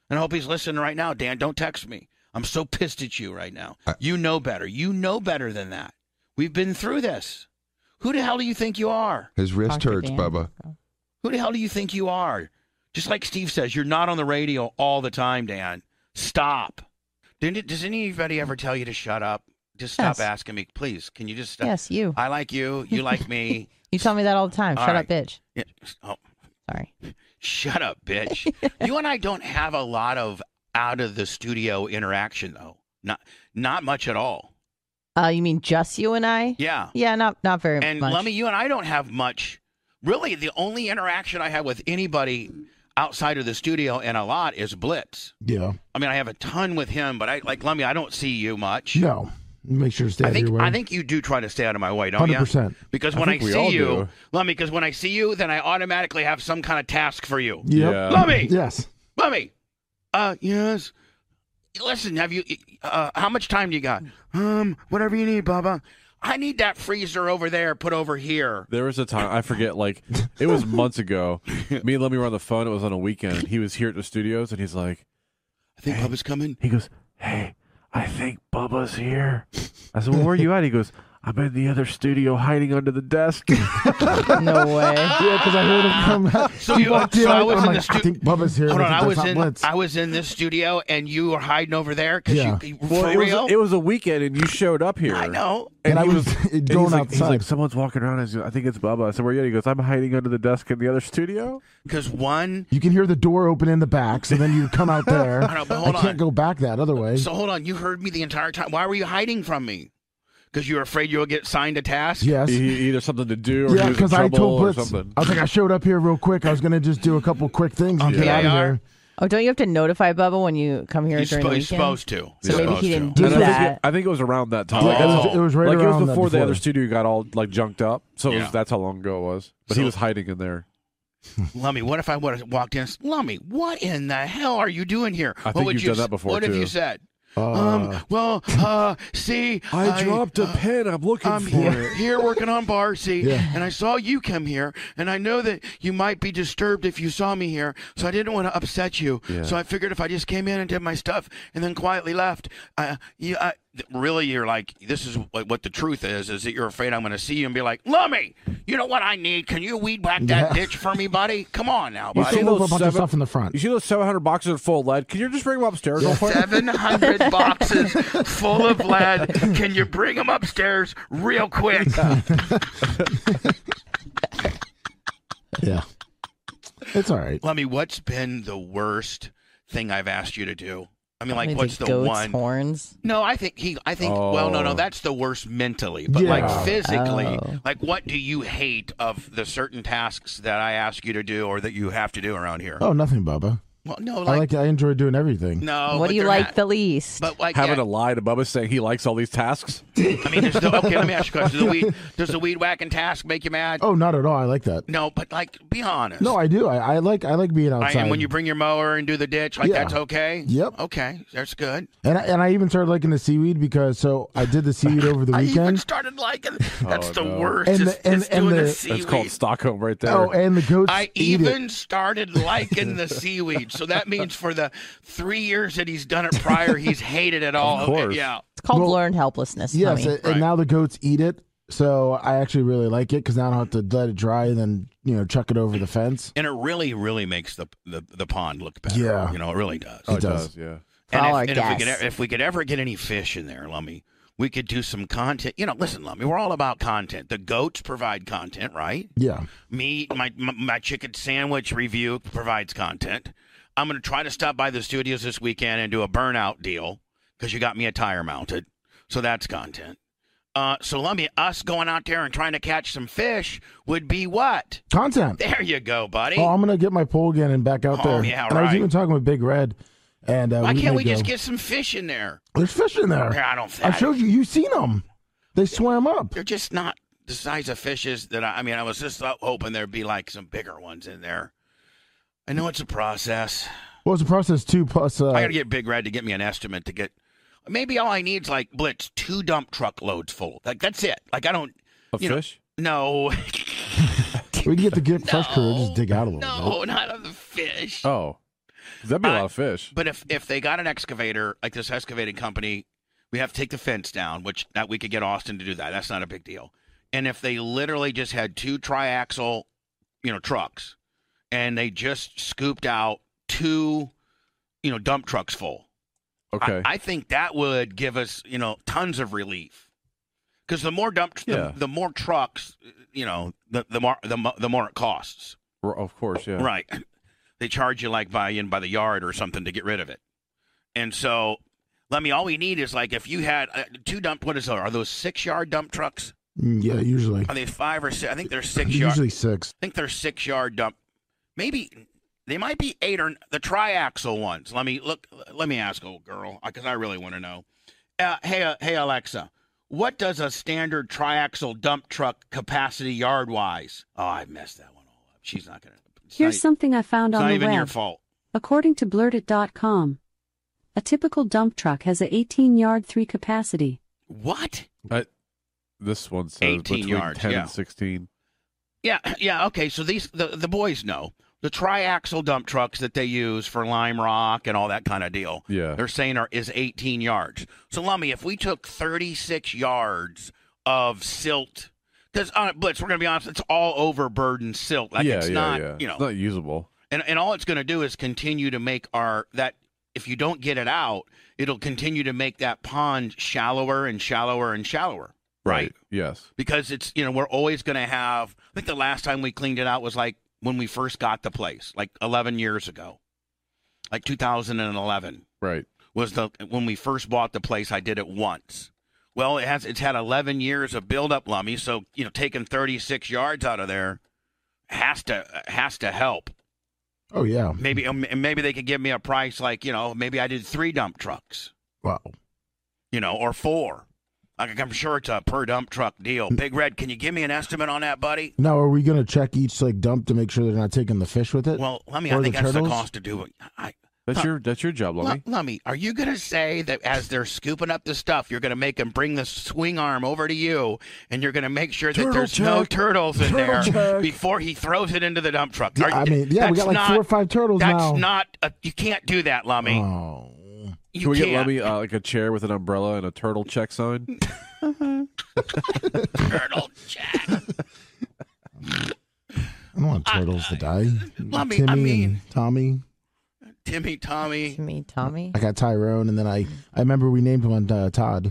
And I hope he's listening right now, Dan. Don't text me. I'm so pissed at you right now. you know better. You know better than that. We've been through this. Who the hell do you think you are? His wrist Dr. hurts, Dan. Bubba. Who the hell do you think you are? Just like Steve says, you're not on the radio all the time, Dan. Stop. Didn't it, does anybody ever tell you to shut up? Just stop Yes. asking me, please. Can you just stop? Yes, you. I like you. You like me. You tell me that all the time. All Shut right. up, bitch. Yeah, Oh, sorry. Shut up, bitch. you and I don't have a lot of out of the studio interaction though. Not not much at all. Uh, you mean just you and I? Yeah. Yeah, not not very And much. Lemmy, you and I don't have much. Really, the only interaction I have with anybody outside of the studio and a lot is Blitz. Yeah. I mean, I have a ton with him, but I like Lemmy. I don't see you much. No. Oh, Make sure to stay I out think of your way. I think you do try to stay out of my way, don't you? 100%. Because I when I, think we see all you, do. Lemmy, because when I see you, then I automatically have some kind of task for you. Yep. Lemmy, Yes. Mommy. Uh, yes. Listen, have you? Uh, how much time do you got? Um, whatever you need, Bubba. I need that freezer over there put over here. There was a time I forget, like it was months ago. Me and Lemmy were on the phone. It was on a weekend. He was here at the studios, and he's like, "I think Bubba's coming." He goes, "Hey, I think Bubba's here." I said, "Well, where are you at?" He goes, "I'm in the other studio, hiding under the desk." no way. Yeah, because I heard him come out. So He you- walked so in, I was I'm in like, the stu- I think Bubba's here. Hold on, and I I think was that's in not Blitz. I was in this studio, and you were hiding over there because Yeah. you for Well, it was, real. it was a weekend, and you showed up here. I know. And I he was and going he's like, He's like, outside. someone's walking around. I said, I think it's Bubba. I said, where are you? at?" He goes, I'm hiding under the desk in the other studio. Because one. You can hear the door open in the back, so then you come out there. I know, but hold can't on. go back that other way. So hold on, you heard me the entire time. Why were you hiding from me? Because you were afraid you'll get signed a task. Yes. He, he E-, either something to do, or yeah, he was in because I trouble, told or Blitz, I something. was like, I showed up here real quick. I was gonna just do a couple quick things and get out of here. Oh, don't you have to notify Bubba when you come here He's during the spo- weekend? he's supposed to. So He's maybe supposed he didn't to. do And I think, that. it, I think it was around that time. Oh. Like, it was- it was right like around it was that before the before. other studio got all like junked up. So it Yeah. was, that's how long ago it was. But he was hiding in there. Lummy, what if I would have walked in? and said, Lummy, what in the hell are you doing here? I what think would you've you done s- that before, What have too. you said? Uh, um. Well. Uh. See. uh, I dropped a pen. I'm looking I'm for here, it. here working on Barcy, Yeah. and I saw you come here, and I know that you might be disturbed if you saw me here, so I didn't want to upset you. Yeah. So I figured if I just came in and did my stuff and then quietly left, I, you, I, th- really, you're like, this is what, what the truth is: is that you're afraid I'm going to see you and be like, Lummy, you know what I need? Can you weed whack that Yeah. ditch for me, buddy? Come on now, You buddy. filled up a bunch of stuff in the front. You see those 700 boxes of full lead? Can you just bring them upstairs real quick? 700 boxes full of lead. Can you bring them upstairs real quick? Yeah, it's all right. Lemmy, what's been the worst thing I've asked you to do? I mean, like, Maybe what's the goat's one? horns? No, I think he. I think. Well, no, Oh. no, that's the worst mentally, but Yeah. like physically, Oh. like, what do you hate of the certain tasks that I ask you to do or that you have to do around here? Oh, nothing, Bubba. Well, no, I like- like. I enjoy doing everything. No. what but do you they're like not- the least? But like Having to yeah, lie to Bubba saying he likes all these tasks. I mean, there's no. Okay, let me ask you a question. Does the weed, does the weed whacking task make you mad? Oh, not at all. I like that. No, but like, be honest. No, I do. I, I like I like being I, outside. and when you bring your mower and do the ditch, like Yeah. that's okay. Yep. Okay, that's good. And I, and I even started liking the seaweed because so I did the seaweed over the I even weekend. started liking. That's Oh, the no. worst. And is- the- and- is and doing the- the, That's seaweed. called Stockholm right there. Oh, and the goats I eat even it. started liking the seaweed. So that means for the three years that he's done it prior, he's hated it all. Okay, yeah. It's called learned helplessness. Yes, Tommy. and, and now the goats eat it. So I actually really like it because now I don't have to let it dry and then you know chuck it over the fence. And it really, really makes the the, the pond look better. Yeah. You know, it really does. Oh, it It does. does, yeah. And, Follow if, and our if we could guess. e- if we could ever get any fish in there, Lummy, we could do some content. You know, listen, Lummy, we're all about content. The goats provide content, right? Yeah. meat, my, my my chicken sandwich review provides content. I'm going to try to stop by the studios this weekend and do a burnout deal because you got me a tire mounted, so that's content. Uh, so let me us going out there and trying to catch some fish would be what? Content. There you go, buddy. Oh, I'm gonna get my pole again and back out Oh, there. yeah, and I was right. even talking with Big Red, and uh, Why we can't may we just go. get some fish in there? There's fish in there. Yeah, I don't. I showed you. You seen them? They swam up. They're just not the size of fishes that I, I mean. I was just hoping there'd be like some bigger ones in there. I know it's a process. Well, it's a process too. Plus, uh, I got to get Big Red to get me an estimate to get. Maybe all I need is like Blitz two dump truck loads full. Like that's it. Like I don't. Of you know- fish? no, we can get the gift fresh crew and just dig out a little no, not of the fish. bit. Oh, That'd be a lot of fish. But if if they got an excavator, like this excavating company, we have to take the fence down, which that we could get Austin to do that. That's not a big deal. And if they literally just had two triaxle, you know, trucks, and they just scooped out two, you know, dump trucks full. Okay. I, I think that would give us, you know, tons of relief. Because the more dump, Yeah. the, the more trucks, uh, you know, the the more the, mo- the more it costs. R- Of course, yeah. Right. They charge you like by in by the yard or something to get rid of it. And so, let me. All we need is like if you had uh, two dump. What is that? Are those six yard dump trucks? Mm, Yeah, usually. Are they five or six? I think they're six yard. Usually six. I think they're six yard dump. Maybe they might be eight or the triaxle ones. Let me look. Let me ask old girl because I really want to know. Uh, hey, uh, hey Alexa, what does a standard triaxle dump truck capacity yard wise? Oh, I messed that one all up. She's not gonna. it's Here's not- something I found it's on not the even web. your fault. According to blurtit.com, a typical dump truck has a 18-yard 3 capacity. What? I, this one says 18 between yards, 10 yeah. and 16. Yeah, yeah, okay. So these the, the boys know the triaxle dump trucks that they use for lime rock and all that kind of deal. Yeah. they're saying are is 18 yards. So Lummy, if we took 36 yards of silt, because uh, Blitz, we're gonna be honest, it's all overburdened silt. Like yeah, it's yeah, not, yeah. you know, It's not usable. and and all it's going to do is continue to make our that if you don't get it out, it'll continue to make that pond shallower and shallower and shallower Right. Yes. because it's you know we're always going to have i think the last time we cleaned it out was like when we first got the place like 11 years ago like 2011 right was the when we first bought the place i did it once well it has it's had 11 years of build up lummy so you know taking 36 yards out of there has to has to help Oh yeah. maybe um, maybe they could give me a price like you know maybe i did three dump trucks Wow. you know or four like i'm sure it's a per dump truck deal big red can you give me an estimate on that buddy Now, are we gonna check each like dump to make sure they're not taking the fish with it? Well, let me. Or I think that's the turtles? cost to do it. I, That's your that's your job, Lummy. Lummy. Lummy, are you going to say that as they're scooping up the stuff, you're going to make them bring the swing arm over to you, and you're going to make sure that Turtle there's no check. turtles in Turtle there check. before he throws it into the dump truck? Yeah, Are- I mean, yeah, that's we got like not- four or five turtles That's now. not. A, you can't do that, Lummy. You Oh. Can we can't. get Lummy uh, like a chair with an umbrella and a turtle check sign? Uh-huh. turtle check. I don't want turtles to die. Lummy, I Timmy mean- and Tommy. Timmy, Tommy. Timmy, Tommy. I got Tyrone, and then I I remember we named one uh, Todd.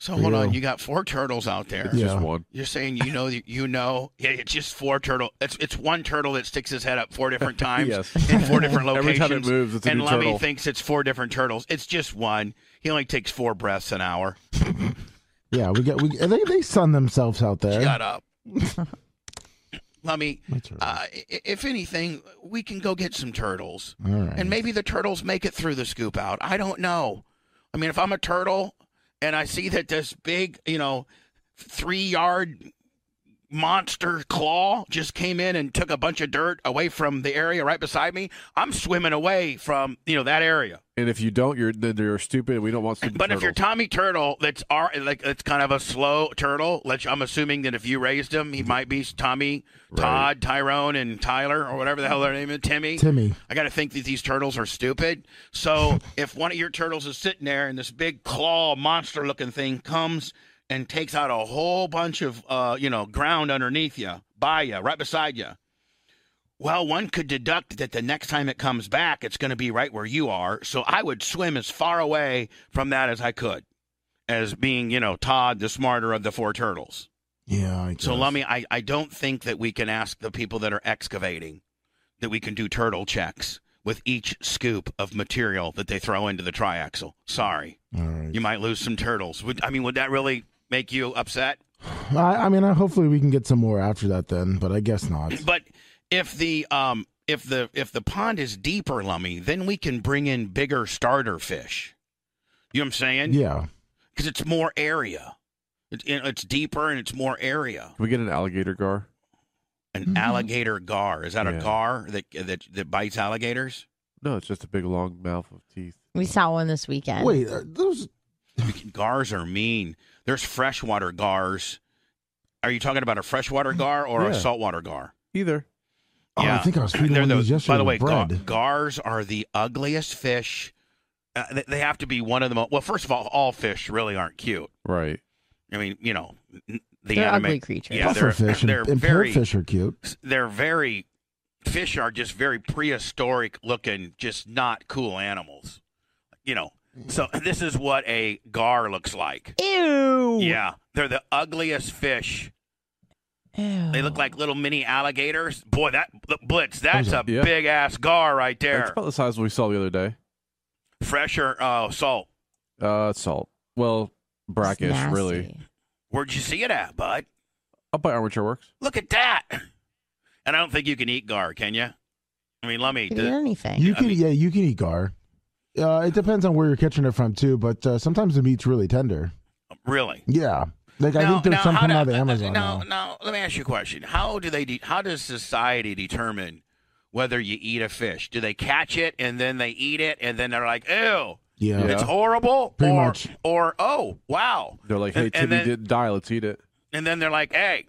So For hold you. on, you got four turtles out there. It's just Yeah. one. You're saying you know that you know. Yeah, it's just four turtle. It's it's one turtle that sticks his head up four different times Yes. in four different Every locations. time it moves, it's a and new Lummy turtle. thinks it's four different turtles. It's just one. He only takes four breaths an hour. Yeah, we got we they they sun themselves out there. Shut up. Lummy, uh, i- if anything, we can go get some turtles. All right. And maybe the turtles make it through the scoop out. I don't know. I mean, if I'm a turtle and I see that this big, you know, three yard monster claw just came in and took a bunch of dirt away from the area right beside me. I'm swimming away from, you know, that area. And if you don't, you're then you're stupid. We don't want stupid. But if you're turtles. Tommy Turtle, that's our like that's kind of a slow turtle. Let's, I'm assuming that if you raised him, he might be Tommy, Todd, Tyrone, and Tyler, or whatever the hell their name is, Timmy. Timmy. I got to think that these turtles are stupid. So if one of your turtles is sitting there and this big claw monster looking thing comes and takes out a whole bunch of uh, you know ground underneath you, by you, right beside you. Well, one could deduct that the next time it comes back, it's going to be right where you are. So I would swim as far away from that as I could, as being, you know, Todd, the smarter of the four turtles. Yeah. I So, Lummy, I, I don't think that we can ask the people that are excavating that we can do turtle checks with each scoop of material that they throw into the triaxle. Sorry. All right. You might lose some turtles. Would, I mean, would that really make you upset? I, I mean, I, hopefully we can get some more after that then, but I guess not. But if the um if the if the pond is deeper, Lummy, then we can bring in bigger starter fish. You know what I'm saying? Yeah. Because it's more area. It, it- it's deeper and it's more area. Can we get an alligator gar? An Mm-hmm. alligator gar is that a Yeah. gar that that that bites alligators? No, it's just a big long mouth of teeth. We saw one this weekend. those gars are mean. There's freshwater gars. Are you talking about a freshwater gar or a Yeah. saltwater gar? Either. Mm-hmm. Oh, I think I was feeding They're one of the- these yesterday By the with way, gar- bread. gars are the ugliest fish. Uh, they, they have to be one of the most. Well, first of all, all fish really aren't cute. Right. I mean, you know, n- the They're anima- ugly creatures. Yeah, they're, Pufferfish and- they're and very parrotfish are cute. They're very fish are just very prehistoric looking, just not cool animals. You know, so this is what a gar looks like. Ew. Yeah, they're the ugliest fish. Ew. They look like little mini alligators. Boy, that look, Blitz, that's a yeah. big ass gar right That's there. about the size we saw the other day. Fresher uh, salt. Uh, salt. Well, brackish, really. Where'd you see it at, bud? Up by Armature Works. Look at that. And I don't think you can eat gar, can you? I mean, let me. You can eat anything. You can, yeah, you can eat gar. Uh, it depends on where you're catching it from too, but uh, sometimes the meat's really tender. Uh, Really? Yeah, like I Now- think there's now some how coming do- out of Amazon Now, now. now, let me ask you a question. How do they? De- how does society determine whether you eat a fish? Do they catch it and then they eat it and then they're like, "Ew, Yeah. it's Yeah. horrible," Pretty or much. or "Oh, wow," They're like, And- hey, and Timmy then- didn't die. Let's eat it. and then they're like, "Hey."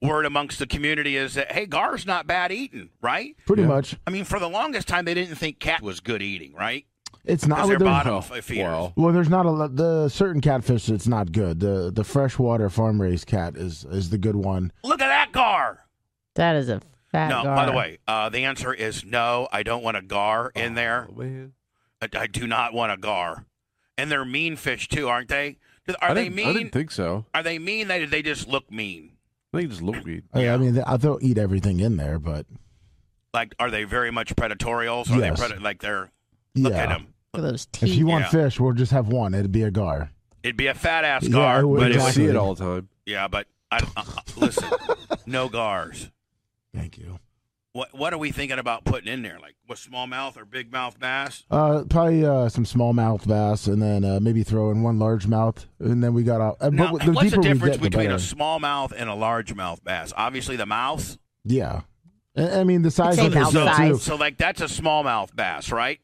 Word amongst the community is that hey, gar's not bad eating, right? Pretty much, I mean, for the longest time, they didn't think cat was good eating, right? it's not. Because they're there's- bottom f- feeders. Well, there's not a lot. The certain catfish that's not good. The the freshwater farm raised cat is is the good one. Look at that gar. That is a fat no, gar. by the way, uh, the answer is no. I don't want a gar Oh, in there. I, I do not want a gar. And they're mean fish too, aren't they? Do- Are I they didn't- mean? I didn't think so. Are they mean? They they just look mean. I think it just looked mean. Oh, I- I mean, they, they'll eat everything in there, but Like, are they very much predatorials? Are Yes. they pred- like they're? yeah. Look at them. those If you want Yeah. fish, we'll just have one. It'd be a gar. It'd be a fat ass Yeah, gar, I would but exactly. it See it would, all the time. Yeah, but I, uh, uh, listen, no gars. Thank you. What what are we thinking about putting in there? Like, what smallmouth or big mouth bass? Uh, probably uh, some smallmouth bass, and then uh, maybe throw in one largemouth, and then we got out. Uh, Now, but the what's the deeper we difference get, the between a better. smallmouth and a largemouth bass? Obviously, the mouth. Yeah, I, I mean the size of so, it too. so, like, that's a smallmouth bass, right?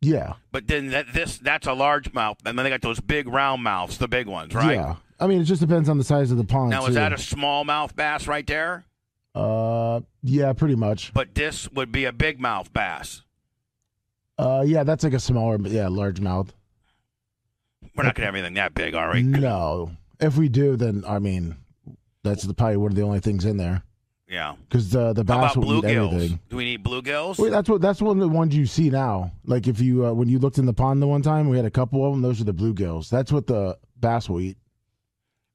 Yeah, But then that this that's a largemouth, and then they got those big round mouths, the big ones, right? yeah. I mean, it just depends on the size of the pond. Now, too. is that a smallmouth bass right there? Uh, yeah, pretty much. But this would be a big mouth bass. Uh, yeah, that's like a smaller, but yeah, largemouth. We're not gonna have anything that big, are we? No, if we do, then I mean, that's the, probably one of the only things in there Yeah. because the the How bass about will eat bluegills? everything. Do we need bluegills? Wait, that's what that's one of the ones you see now. Like if you uh, when you looked in the pond the one time, we had a couple of them. Those are the bluegills. That's what the bass will eat.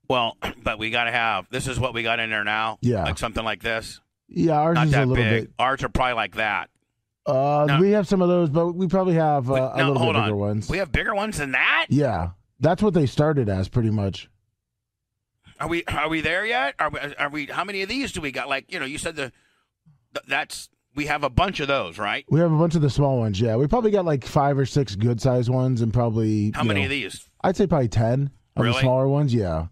well, but we gotta have. This is what we got in there now. Yeah. Like something like this. Yeah, ours not is a that little big. bit. Ours are probably like that. Uh, we have some of those, but we probably have uh, a no, little hold bit bigger on. ones. We have bigger ones than that. yeah, that's what they started as, pretty much. Are we are we there yet? Are we, are we how many of these do we got? Like you know, you said the th- that's we have a bunch of those, right? We have a bunch of the small ones. Yeah, we probably got like five or six good sized ones, and probably How you many know, of these? I'd say probably ten of Really? the smaller ones. Yeah,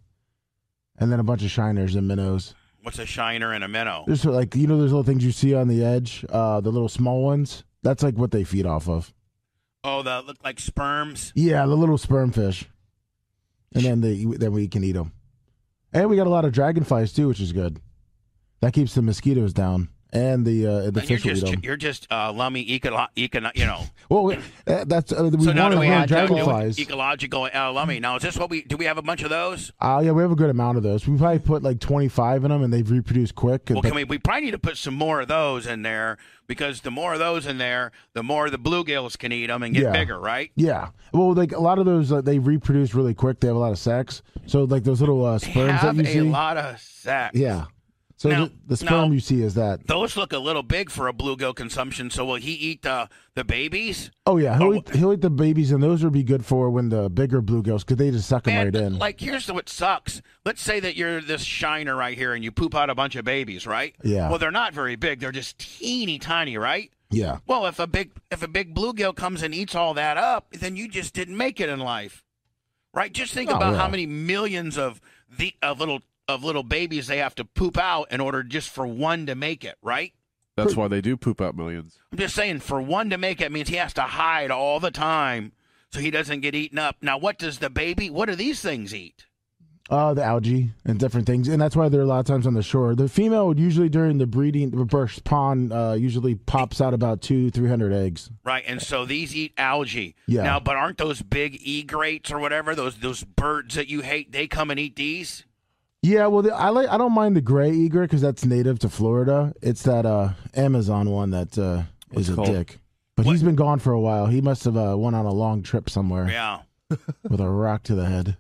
and then a bunch of shiners and minnows. What's a shiner and a minnow? Just like you know, those little things you see on the edge, uh, the little small ones. That's like what they feed off of. Oh, that look like sperms. Yeah, the little sperm fish, and then they then we can eat them. And we got a lot of dragonflies too, which is good. That keeps the mosquitoes down, and the uh, the And you're fish will eat just them. you're just uh, lummy eco, eco, you know. Well, we, uh, that's uh, we so now want do to we have hunt now do we- dragonflies. ecological uh, lummy? Now is this what we do? We have a bunch of those. Uh, yeah, we have a good amount of those. We probably put like 25 in them and they've reproduced quick. Well, can we? We probably need to put some more of those in there because the more of those in there, the more the bluegills can eat them and get Yeah. bigger, right? Yeah. Well, like a lot of those, uh, they reproduce really quick. They have a lot of sex. So, like those little uh, sperms have that you a see. lot of sex. yeah. So, Now- the, the sperm you see is that. Those look a little big for a bluegill consumption. So will he eat the the babies? Oh, yeah. He'll, eat, he'll eat the babies, and those would be good for when the bigger bluegills, because they just suck them right in. Like here's the, what sucks. Let's say that you're this shiner right here, and you poop out a bunch of babies, right? Yeah. Well, they're not very big. They're just teeny tiny, right? yeah. Well, if a big if a big bluegill comes and eats all that up, then you just didn't make it in life, right? Just think Oh, about how yeah. many millions of the of little of little babies they have to poop out in order just for one to make it, right? That's why they do poop out millions. I'm just saying, for one to make it means he has to hide all the time so he doesn't get eaten up. Now, what does the baby? What do these things eat? Uh, the algae and different things, and that's why they're a lot of times on the shore. The female would usually during the breeding, the birth pond uh, usually pops out about two, three hundred eggs. Right, and so these eat algae. Yeah. Now, but aren't those big egrates or whatever those those birds that you hate? They come and eat these. Yeah, well, the, I like I don't mind the gray egret because that's native to Florida. It's that uh, Amazon one that uh, is it a called? dick, but he's been gone for a while. He must have uh, went on a long trip somewhere. Yeah. with a rock to the head.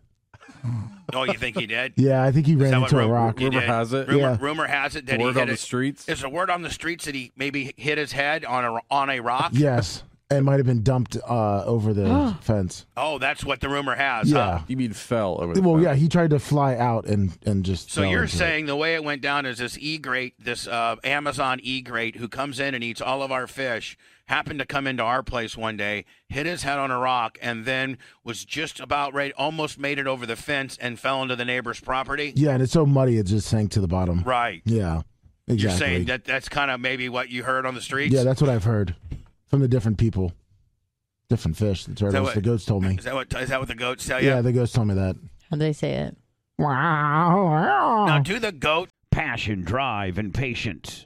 Oh, you think he did? Yeah, I think he ran that into what a ru- rock. he did? Rumor, Yeah. rumor has it that Word he hit on the it- streets? There's a word on the streets that he maybe hit his head on a on a rock. Yes, and might have been dumped uh, over the fence. Oh, that's what the rumor has. Yeah. huh? You mean fell over the Well, fence. yeah, he tried to fly out and and just. So fell you're into it. saying the way it went down is this egrate, this uh, Amazon egrate, who comes in and eats all of our fish, happened to come into our place one day, hit his head on a rock, and then was just about ready, almost made it over the fence and fell into the neighbor's property. Yeah, and it's so muddy it just sank to the bottom. Right. Yeah. Exactly. You're saying that that's kind of maybe what you heard on the streets. Yeah, that's what I've heard from the different people, different fish. The turtles, what- the goats told me. Is that what is that what the goats tell you? yeah, the goats told me that. How do they say it? Now do the goat. Passion, drive, and patience.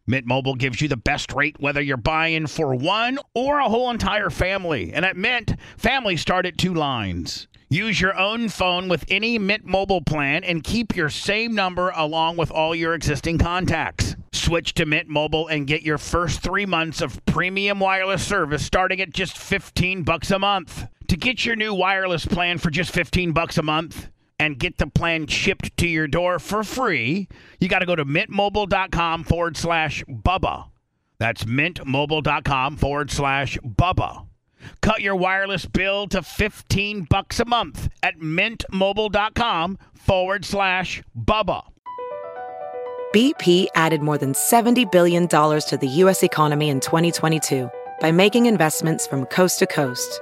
Mint Mobile gives you the best rate whether you're buying for one or a whole entire family. And at Mint, families start at two lines. Use your own phone with any Mint Mobile plan and keep your same number along with all your existing contacts. Switch to Mint Mobile and get your first 3 months of premium wireless service starting at just 15 bucks a month. To get your new wireless plan for just 15 bucks a month, and get the plan shipped to your door for free, you got to go to mintmobile.com forward slash Bubba. That's mintmobile.com forward slash Bubba. Cut your wireless bill to 15 bucks a month at mintmobile.com forward slash Bubba. BP added more than $70 billion to the U.S. economy in 2022 by making investments from coast to coast.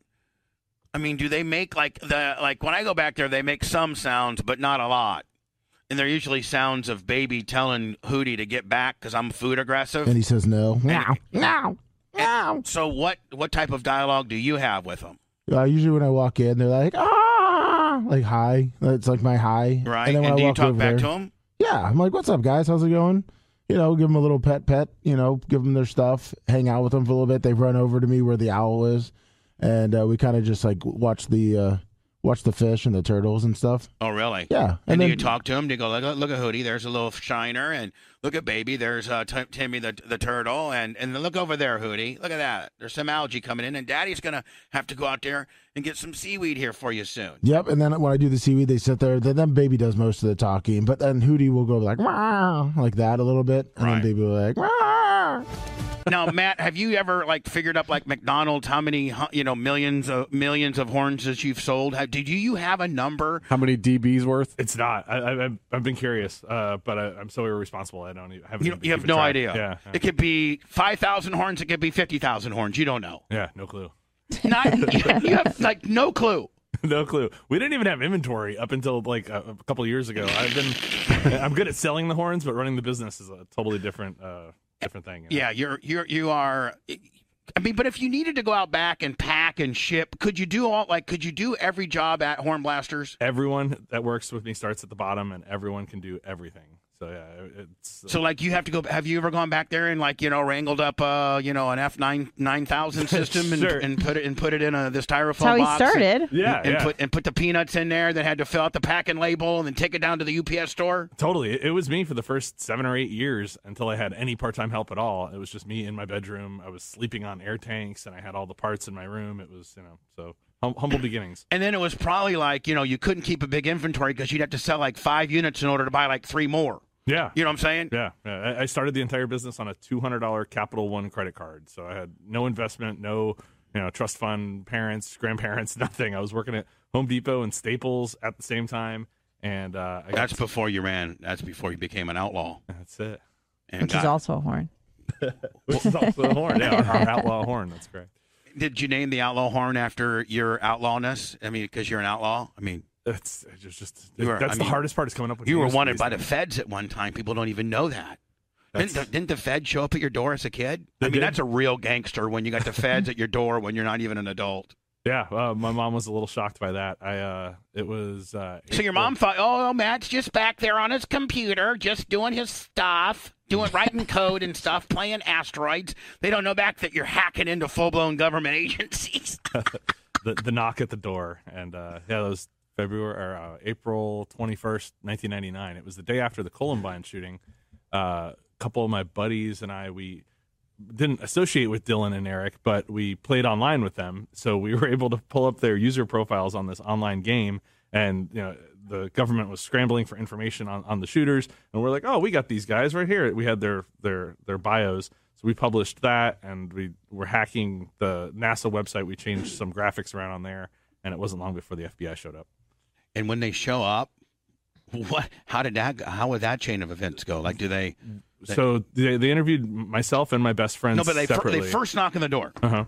I mean, do they make like the like when I go back there, they make some sounds, but not a lot, and they're usually sounds of baby telling Hootie to get back because I'm food aggressive. And he says no. Now. No, no. So what what type of dialogue do you have with them? Uh, usually when I walk in, they're like, ah, like hi. That's like my hi. Right. And then when I do you walk talk over back there, to them? Yeah. I'm like, what's up, guys? How's it going? You know, give them a little pet pet, you know, give them their stuff, hang out with them for a little bit. They run over to me where the owl is. And uh, we kind of just like watch the, uh, watch the fish and the turtles and stuff. Oh, really? Yeah, And, and do then- you talk to him? Do you go look, look at Hootie? There's a little shiner, and look at Baby. There's uh, Tim- Timmy the the turtle, and and look over there, Hootie. Look at that. There's some algae coming in, and Daddy's gonna have to go out there and get some seaweed here for you soon. Yep. And then when I do the seaweed, they sit there. Then, then baby does most of the talking, but then Hootie will go like, "Meow," like that a little bit. And then baby will like, "Meow." now, Matt, have you ever like figured up like McDonald's how many hu- you know millions of millions of horns that you've sold? How, did you you have a number? How many DBs worth? It's not. I, I, I've- I've been curious, uh, but I, I'm so irresponsible. I don't even haven't. You, even you have even no tried. idea. Yeah, yeah. It could be five thousand horns. It could be fifty thousand horns. You don't know. Yeah, no clue. Not, you have like no clue. no clue. We didn't even have inventory up until like a, a couple of years ago. I've been. I'm good at selling the horns, but running the business is a totally different uh, different thing. Yeah, you're you're you are. I mean, but if you needed to go out back and pack and ship, could you do all like could you do every job at Horn Blasters? Everyone that works with me starts at the bottom, and everyone can do everything. So yeah, it- it's So like you have to go. Have you ever gone back there and like you know wrangled up uh you know an F nine nine thousand system and, Sure. and put it and put it in a this styrofoam That's how he box and- started. And, Yeah, and yeah. put and put the peanuts in there. Then had to fill out the packing label and then take it down to the UPS store. Totally. It- It was me for the first seven or eight years until I had any part time help at all. It was just me in my bedroom. I was sleeping on air tanks and I had all the parts in my room. It was, you know, so hum- humble beginnings. And then it was probably like you know you couldn't keep a big inventory because you'd have to sell like five units in order to buy like three more. Yeah. You know what I'm saying? Yeah. yeah. I- I started the entire business on a $200 Capital One credit card. So I had no investment, no, you know, trust fund, parents, grandparents, nothing. I was working at Home Depot and Staples at the same time. And uh, I That's before you ran. That's before you became an outlaw. That's it. And uh, Which is got- also a horn. Which is also a horn. Yeah, our, our outlaw horn. That's correct. Did you name the outlaw horn after your outlawness? I mean, because you're an outlaw. I mean, that's just, just you were, that's I the mean, hardest part is coming up with You were names for wanted these by the things. feds at one time. People don't even know that. Didn't the, didn't the feds show up at your door as a kid? I mean, that's a real gangster when you got the feds at your door when you're not even an adult. Yeah, uh, my mom was a little shocked by that. I uh, it was uh, So your mom thought, oh, Matt's just back there on his computer, just doing his stuff, doing writing code and stuff, playing asteroids. They don't know back that you're hacking into full blown government agencies. the the knock at the door, and uh, yeah, that was February or uh, April twenty first, nineteen ninety nine. It was the day after the Columbine shooting. Uh, a couple of my buddies and I we didn't associate with Dylan and Eric, but we played online with them, so we were able to pull up their user profiles on this online game, and you know. The government was scrambling for information on, on the shooters, and we're like, "Oh, we got these guys right here." We had their their their bios, so we published that, and we were hacking the NASA website. We changed some graphics around on there, and it wasn't long before the FBI showed up. And when they show up, what? How did that? How would that chain of events go? Like, do they? they- So they, they interviewed myself and my best friend. no, but they fir- separately. Uh-huh. they first knock on the door. Uh huh.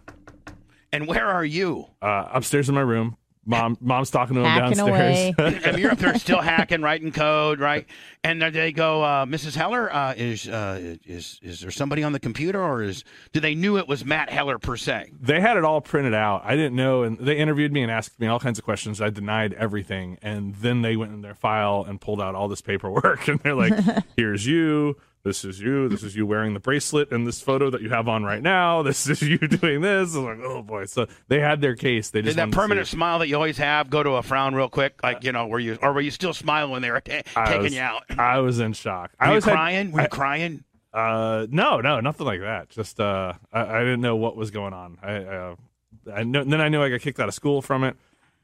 And where are you? Uh, upstairs in my room, Mom, mom's talking to him Hacking downstairs. I mean, you're up there still hacking, writing code, right? And then they go, uh, Mrs. Heller, uh, is uh, is is there somebody on the computer, or is do they knew it was Matt Heller per se? they had it all printed out. I didn't know, and they interviewed me and asked me all kinds of questions. I denied everything, and then they went in their file and pulled out all this paperwork, and they're like, "Here's you. This is you. This is you wearing the bracelet, and this photo that you have on right now. This is you doing this." I'm like, "Oh boy!" So they had their case. They just Did that wanted to see permanent it. smile that you always have go to a frown real quick? Like you know, were you or were you still smiling when they were ta- I taking was- you out? I was in shock. Were I you was had- crying? Were you I- crying? Uh, no, no, nothing like that. Just uh, I, I didn't know what was going on. I, uh, I know, then I knew I got kicked out of school from it.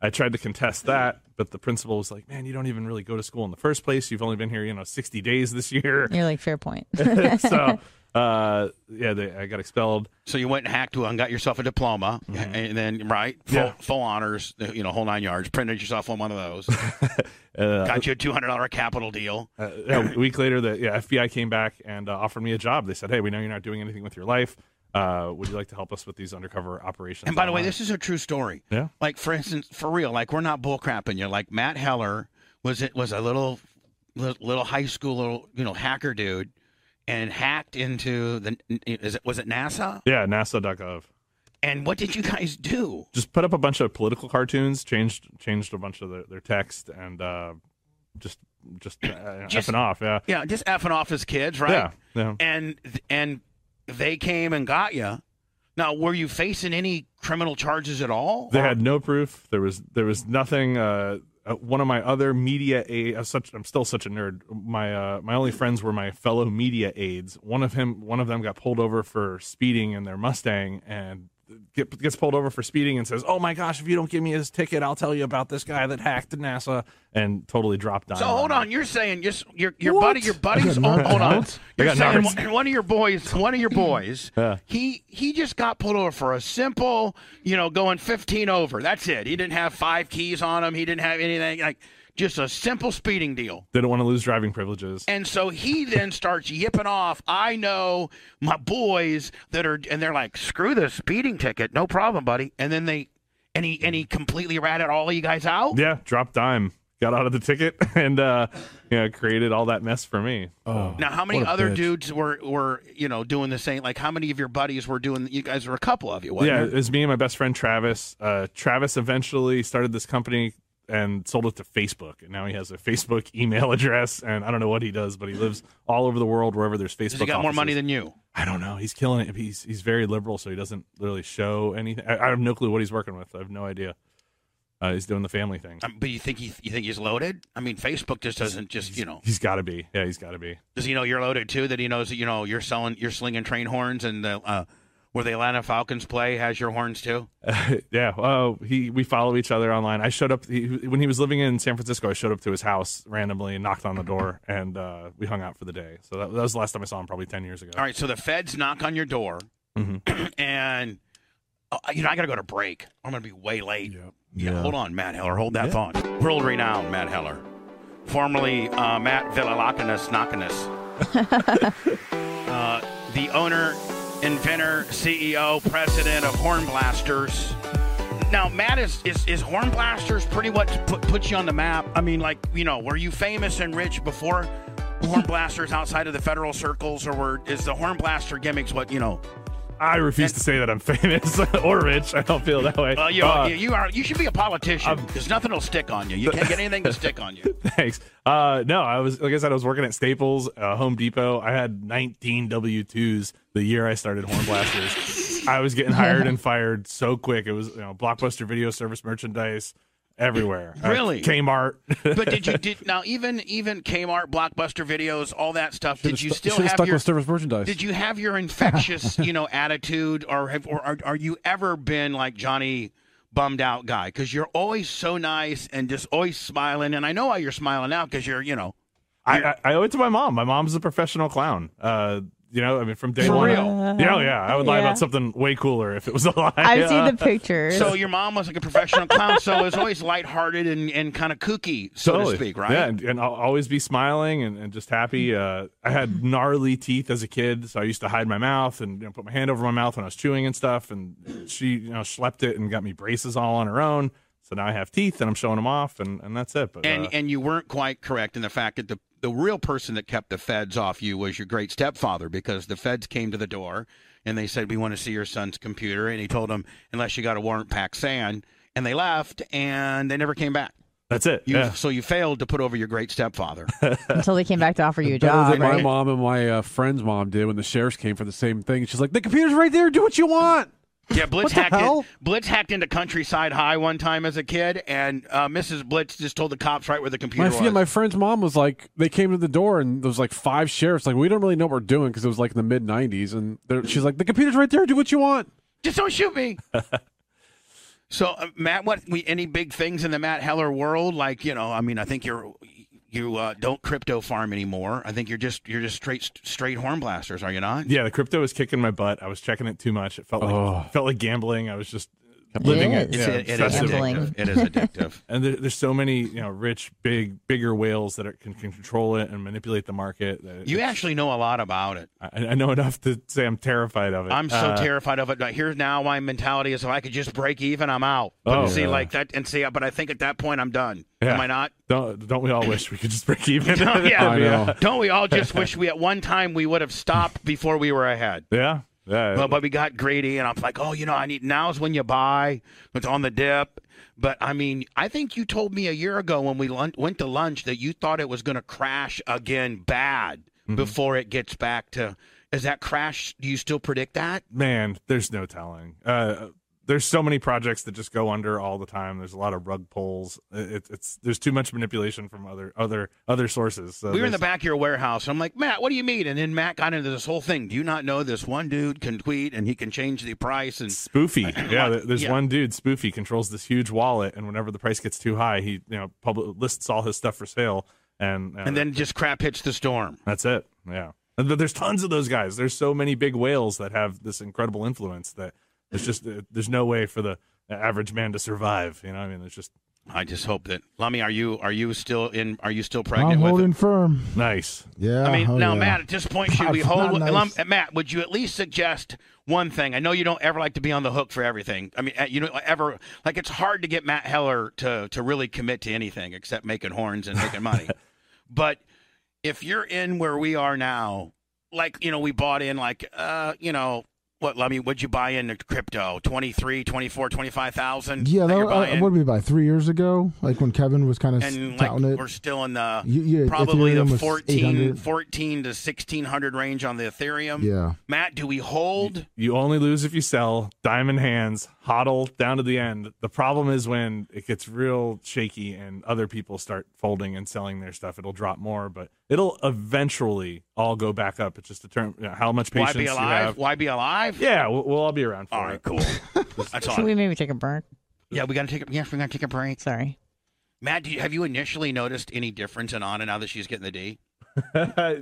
I tried to contest that, but the principal was like, "Man, you don't even really go to school in the first place. You've only been here, you know, sixty days this year." You're like, fair point. so, uh, yeah, they, I got expelled. Mm-hmm. So you went and hacked one, got yourself a diploma, and then right, full, Yeah. full honors, you know, whole nine yards. Printed yourself on one of those. Uh, got you a two hundred dollar capital deal. Uh, yeah, a week later, the yeah, FBI came back and uh, offered me a job. They said, "Hey, we know you're not doing anything with your life. Uh, would you like to help us with these undercover operations?" And by the way, online?" this is a true story. Yeah. Like for instance, for real, like we're not bullcrapping you. Like Matt Heller was it was a little li- little high school little you know hacker dude, and hacked into the is it was it NASA? yeah, NASA.gov. And what did you guys do? just put up a bunch of political cartoons, changed changed a bunch of their, their text, and uh, just just, uh, Just- effing off. Yeah, Yeah, just effing off his kids, right? Yeah, yeah. And and they came and got you. Now, were you facing any criminal charges at all? they had no proof. There was there was nothing. Uh, uh, one of my other media aid, uh, such I'm still such a nerd. My uh, my only friends were my fellow media aides. One of him one of them got pulled over for speeding in their Mustang and. Get, gets pulled over for speeding and says, "Oh my gosh! If you don't give me his ticket, I'll tell you about this guy that hacked NASA and totally dropped on." So him. hold on, you're saying just your your Uh, What? buddy, your buddies. I got Hold, knocked hold on, out? I you're got saying knocked- one, one of your boys, one of your boys, Yeah. he he just got pulled over for a simple, you know, going 15 over. That's it. He didn't have five keys on him. He didn't have anything like just a simple speeding deal. Didn't want to lose driving privileges. And so he then starts yipping off, I know my boys that are, and they're like, screw this speeding ticket, no problem, buddy. And then they, and he, and he completely ratted all you guys out. Yeah, drop dime. Got out of the ticket and uh you know, created all that mess for me. Oh, Now, how many other dudes were, were, you know, doing the same? Like, how many of your buddies were doing, you guys were a couple of you, wasn't Yeah, there? it was me and my best friend Travis. Uh Travis eventually started this company and sold it to Facebook. And now he has a Facebook email address and I don't know what he does, but he lives all over the world wherever there's Facebook. Has he got more offices. money than you? I don't know. He's killing it. He's he's very liberal, so he doesn't really show anything. I, I have no clue what he's working with. I have no idea. Uh, he's doing the family thing. Um, but you think he, you think he's loaded? I mean, Facebook just doesn't just, you know, He's got to be. Yeah, he's got to be. does he know you're loaded too? That he knows that you know you're selling, you're slinging train horns, and the, uh, where the Atlanta Falcons play has your horns too. yeah. Oh, he. We follow each other online. I showed up he, when he was living in San Francisco. I showed up to his house randomly and knocked on the door, and uh, we hung out for the day. So that, that was the last time I saw him, probably ten years ago. All right, so the feds knock on your door, Mm-hmm. and uh, you know I got to go to break. I'm going to be way late. Yeah, Yeah. hold on, Matt Heller, hold that thought. World renowned Matt Heller, formerly uh, Matt Villalakinas Nakinas, uh, the owner, inventor, CEO, president of Horn Blasters. Now, Matt, is, is, is Horn Blasters pretty much put, put you on the map? I mean, like, you know, were you famous and rich before Horn Blasters outside of the federal circles, or were, is the Horn Blaster gimmicks what, you know? I refuse to say that I'm famous or rich. I don't feel that way. Well, you, know, Uh, you, you are you should be a politician because nothing will stick on you. You can't get anything to stick on you. Thanks. Uh, no, I was like I said, I was working at Staples, uh, Home Depot. I had 19 W twos the year I started Horn Blasters. I was getting hired and fired so quick. It was you know Blockbuster Video Service merchandise everywhere. Uh, Really? Kmart. But did you did now even even Kmart, Blockbuster videos, all that stuff? Did you stu- still should've have stuck your with service merchandise. Did you have your infectious you know attitude, or have, or are, are you ever been like Johnny bummed out guy? Because you're always so nice and just always smiling, and I know why you're smiling now because you're you know I, I I owe it to my mom. My mom's a professional clown. Uh, you know, I mean, from day For one. real? Yeah, oh, yeah. I would lie Yeah. about something way cooler if it was a lie. I've seen Uh, the pictures. So your mom was like a professional clown, so it was always lighthearted and and kind of kooky, so Totally. to speak, right? Yeah, and, and I'll always be smiling and, and just happy. Uh, I had gnarly teeth as a kid, so I used to hide my mouth and you know, put my hand over my mouth when I was chewing and stuff. And she, you know, schlepped it and got me braces all on her own. So now I have teeth, and I'm showing them off, and, and that's it. But and uh, and you weren't quite correct in the fact that the the real person that kept the feds off you was your great stepfather because the feds came to the door and they said we want to see your son's computer and he told them unless you got a warrant paxan and they left and they never came back that's it you, yeah. so you failed to put over your great stepfather until they came back to offer you a Better job. than my right? mom mom. and my uh, friend's mom did when the sheriffs came for the same thing. She's like, the computer's right there. Do what you want. yeah blitz What the hacked in- hell? blitz hacked into countryside high one time as a kid and uh, mrs blitz just told the cops right where the computer My, was yeah, my friend's mom was like, they came to the door and there was like five sheriffs. Like, we don't really know what we're doing because it was like in the mid 90s. And they're- she's like, the computer's right there. Do what you want. Just don't shoot me. so, uh, Matt, what we any big things in the Matt Heller world? Like, you know, I mean, I think you're you uh, don't crypto farm anymore. I think you're just you're just straight straight horn blasters, are you not? yeah, the crypto was kicking my butt. I was checking it too much. It felt like Oh. felt like gambling. I was just living it. is. Yeah, It's- it is obsessive. addictive. It is addictive. and there, there's so many you know rich, big, bigger whales that are, can, can control it and manipulate the market. That You actually know a lot about it. I, I know enough to say I'm terrified of it. I'm so Uh, terrified of it. Like, here's now my mentality is if I could just break even, I'm out. But Oh. see, Yeah. like that, and see, but I think at that point I'm done. Yeah. Am I not? Don't don't we all wish we could just break even? Don't- yeah. That'd be, uh, Don't we all just wish we at one time we would have stopped before we were ahead? Yeah. Yeah. Well, but we got greedy, and I'm like, oh, you know, I need now's when you buy. It's on the dip. But I mean, I think you told me a year ago when we lun- went to lunch that you thought it was going to crash again bad Mm-hmm. before it gets back to. Is that crash? Do you still predict that? man, there's no telling. Uh, there's so many projects that just go under all the time. There's a lot of rug pulls. It, it- it's there's too much manipulation from other other other sources. So we were in the there's- back of your warehouse. and I'm like, Matt, what do you mean? And then Matt got into this whole thing. Do you not know this one dude can tweet and he can change the price and Spoofy, yeah. there- There's Yeah. one dude, Spoofy, controls this huge wallet, and whenever the price gets too high, he you know public lists all his stuff for sale, and uh, and then just crap hits the storm. that's it. Yeah, And th- there's tons of those guys. There's so many big whales that have this incredible influence that it's just uh, there's no way for the average man to survive. You know, what I mean, there's just I just hope that Lummy, are you are you still in? Are you still pregnant? I'm with holding firm. Nice. Yeah. I mean, oh now, yeah. Matt, at this point, should we That's hold? not Lum- nice. Matt, would you at least suggest one thing? I know you don't ever like to be on the hook for everything. I mean, uh, you know, ever like it's hard to get Matt Heller to to really commit to anything except making horns and making money. but if you're in where we are now, like you know, we bought in like uh, you know. What, Lummy, would you buy into crypto? 23, 24, 25,000? Yeah, that, you're uh, buying? what did we buy three years ago? Like when Kevin was kind of and like touting we're it. still in the You- yeah, probably Ethereum the was 14, 800. 14 to 1600 range on the ethereum Yeah. matt do we hold You only lose if you sell diamond hands, hodl down to the end. The problem is when it gets real shaky and other people start folding and selling their stuff, it'll drop more, but it'll eventually all go back up. It's just a term you know, how much why patience be you alive have. why be alive Yeah, we'll, we'll all be around for all it. right cool that's all Should we maybe take a break? yeah we gotta take a yeah we gotta take a break sorry matt do you, have you initially noticed any difference in anna now that she's getting the d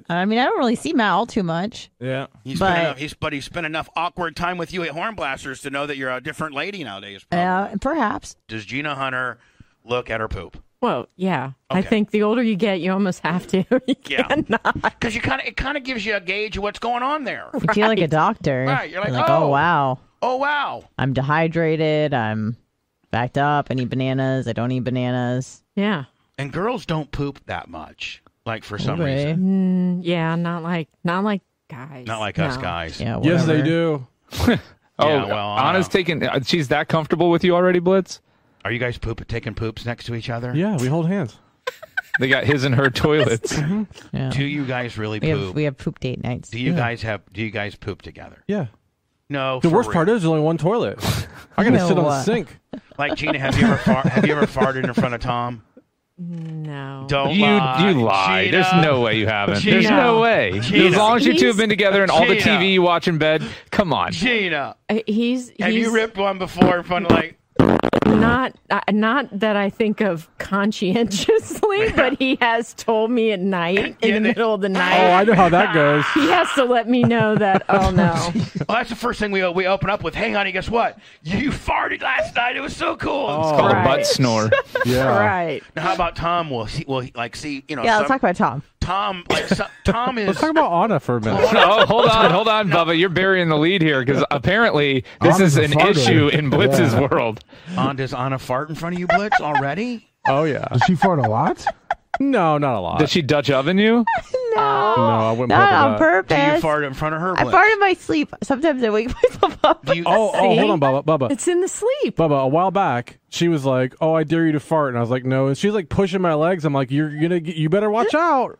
I mean, I don't really see Mal too much. yeah he's But- spent enough, he's but he's spent enough awkward time with you at hornblasters to know that you're a different lady nowadays Um, Uh, perhaps. does gina hunter look at her poop Well, yeah. I Okay. think the older you get, you almost have to. You Yeah. cannot. because you kind of it kind of gives you a gauge of what's going on there I feel like a doctor. Right, you're like, oh "Oh." wow, oh wow I'm dehydrated. I'm backed up. I need bananas. I don't eat bananas. Yeah. And girls don't poop that much, like for some Okay. reason. Mm, yeah, not like not like guys. Not like us No. guys. yes, they do. oh, well, I Anna's taking. uh, She's that comfortable with you already, Blitz? Are you guys poop taking poops next to each other? Yeah, we hold hands. they got his and her toilets. Mm-hmm. Yeah. Do you guys really We poop? have we have poop date nights. do you guys have? Do you guys poop together? Yeah. No. The for worst real. part is there's only one toilet. I gotta No, sit on the uh, sink. Like Gina, have you ever far- have you ever farted in front of Tom? No. Don't you lie. you lie. Gina. There's no way you haven't. There's Gina. no way. Gina. As long as you two have been together and all the Gina. TV you watch in bed, come on. Gina, Uh, He's have he's you ripped one before in front of like? not uh, not that I think of conscientiously, but he has told me at night in the middle of the night. Oh, I know how that goes. He has to let me know that. Oh no. Well, that's the first thing we we open up with. Hey, honey, guess what? You farted last night. It was so cool. It's called a butt snore. Right. Now, how about Tom? Will he, will he, like see? You know, yeah, some- let's talk about Tom. Tom, like so, Tom is. Let's talk about Anna for a minute. No, hold on, hold on, Bubba. You're burying the lead here because apparently this is Anna's a an farter. issue in Blitz's Yeah. world. On does Anna fart in front of you, Blitz, already? Oh yeah. Does she fart a lot? No, not a lot. Did she Dutch oven you? No. I wouldn't Not hope on not. purpose. Do you fart in front of her? I Blitz? fart in my sleep. Sometimes I wake myself up. oh, oh, hold on, Bubba. Bubba. It's in the sleep. Bubba, a while back, she was like, "Oh, I dare you to fart," and I was like, "No." And she's like pushing my legs. I'm like, "You're gonna, get, you better watch out."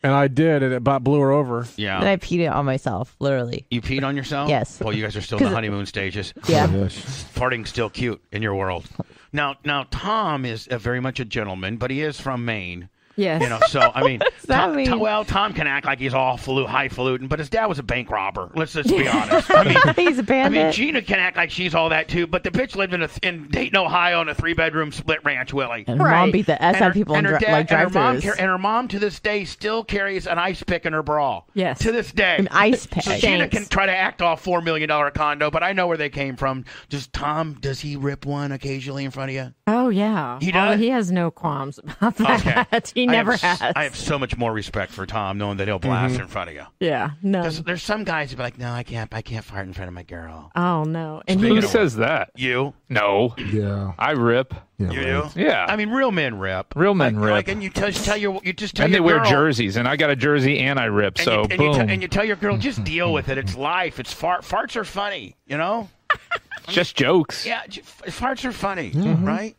And I did, and it about blew her over. Yeah. Then I peed it on myself, literally. You peed on yourself? Yes. Well, you guys are still in the 'Cause- honeymoon stages. Yeah. Farting's still cute in your world. Now, now Tom is a very much a gentleman, but he is from Maine. Yes. You know, so I mean, What does that Tom- Tom- mean? well, Tom can act like he's all flu, highfalutin, but his dad was a bank robber. Let's just be honest. I mean, he's a bandit. I mean, Gina can act like she's all that too, but the bitch lived in a in Dayton, Ohio, in a three bedroom split ranch, Willie. And her mom Right. beat the S out of people in and her dri- like and her mom drive-thrus. car- And her mom to this day still carries an ice pick in her bra. Yes. To this day, An ice pick. So Gina Thanks. can try to act off four million dollar condo, but I know where they came from. Just Tom, does he rip one occasionally in front of you? Oh yeah. He Oh, does? he has no qualms about Okay. that. he I have never s- has. Mm-hmm. I have so much more respect for Tom knowing that he'll blast in front of you. Yeah. No. There's, there's some guys who be like, no, I can't, I can't fart in front of my girl. Oh no. And Speaking he, of Who says that? You? No. Yeah. I rip. You do? Yeah. I mean, real men rip. Real men rip. Like, and you tell, tell your, you just tell and they your wear girl- jerseys, and I got a jersey and I rip. So and boom. You te- and you tell your girl, just deal with it. It's life. It's fart. Farts are funny, you know? Just jokes. Yeah, j- f- farts are funny, Mhm. right?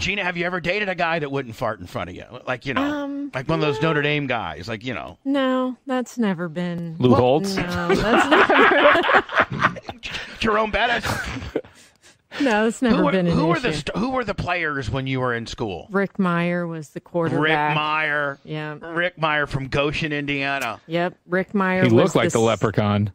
Gina, have you ever dated a guy that wouldn't fart in front of you? Like, you know, Um, like one of those Notre Dame guys, like, you know. no, that's never been. Lou Well, Holtz? No, that's never. Jerome Bettis. no, that's never who were, been an who were issue. the st- who were the players when you were in school? Rick Meyer was the quarterback. Rick Meyer. Yeah. Rick Meyer from Goshen, Indiana. Yep, Rick Meyer. He was looked like s- the leprechaun.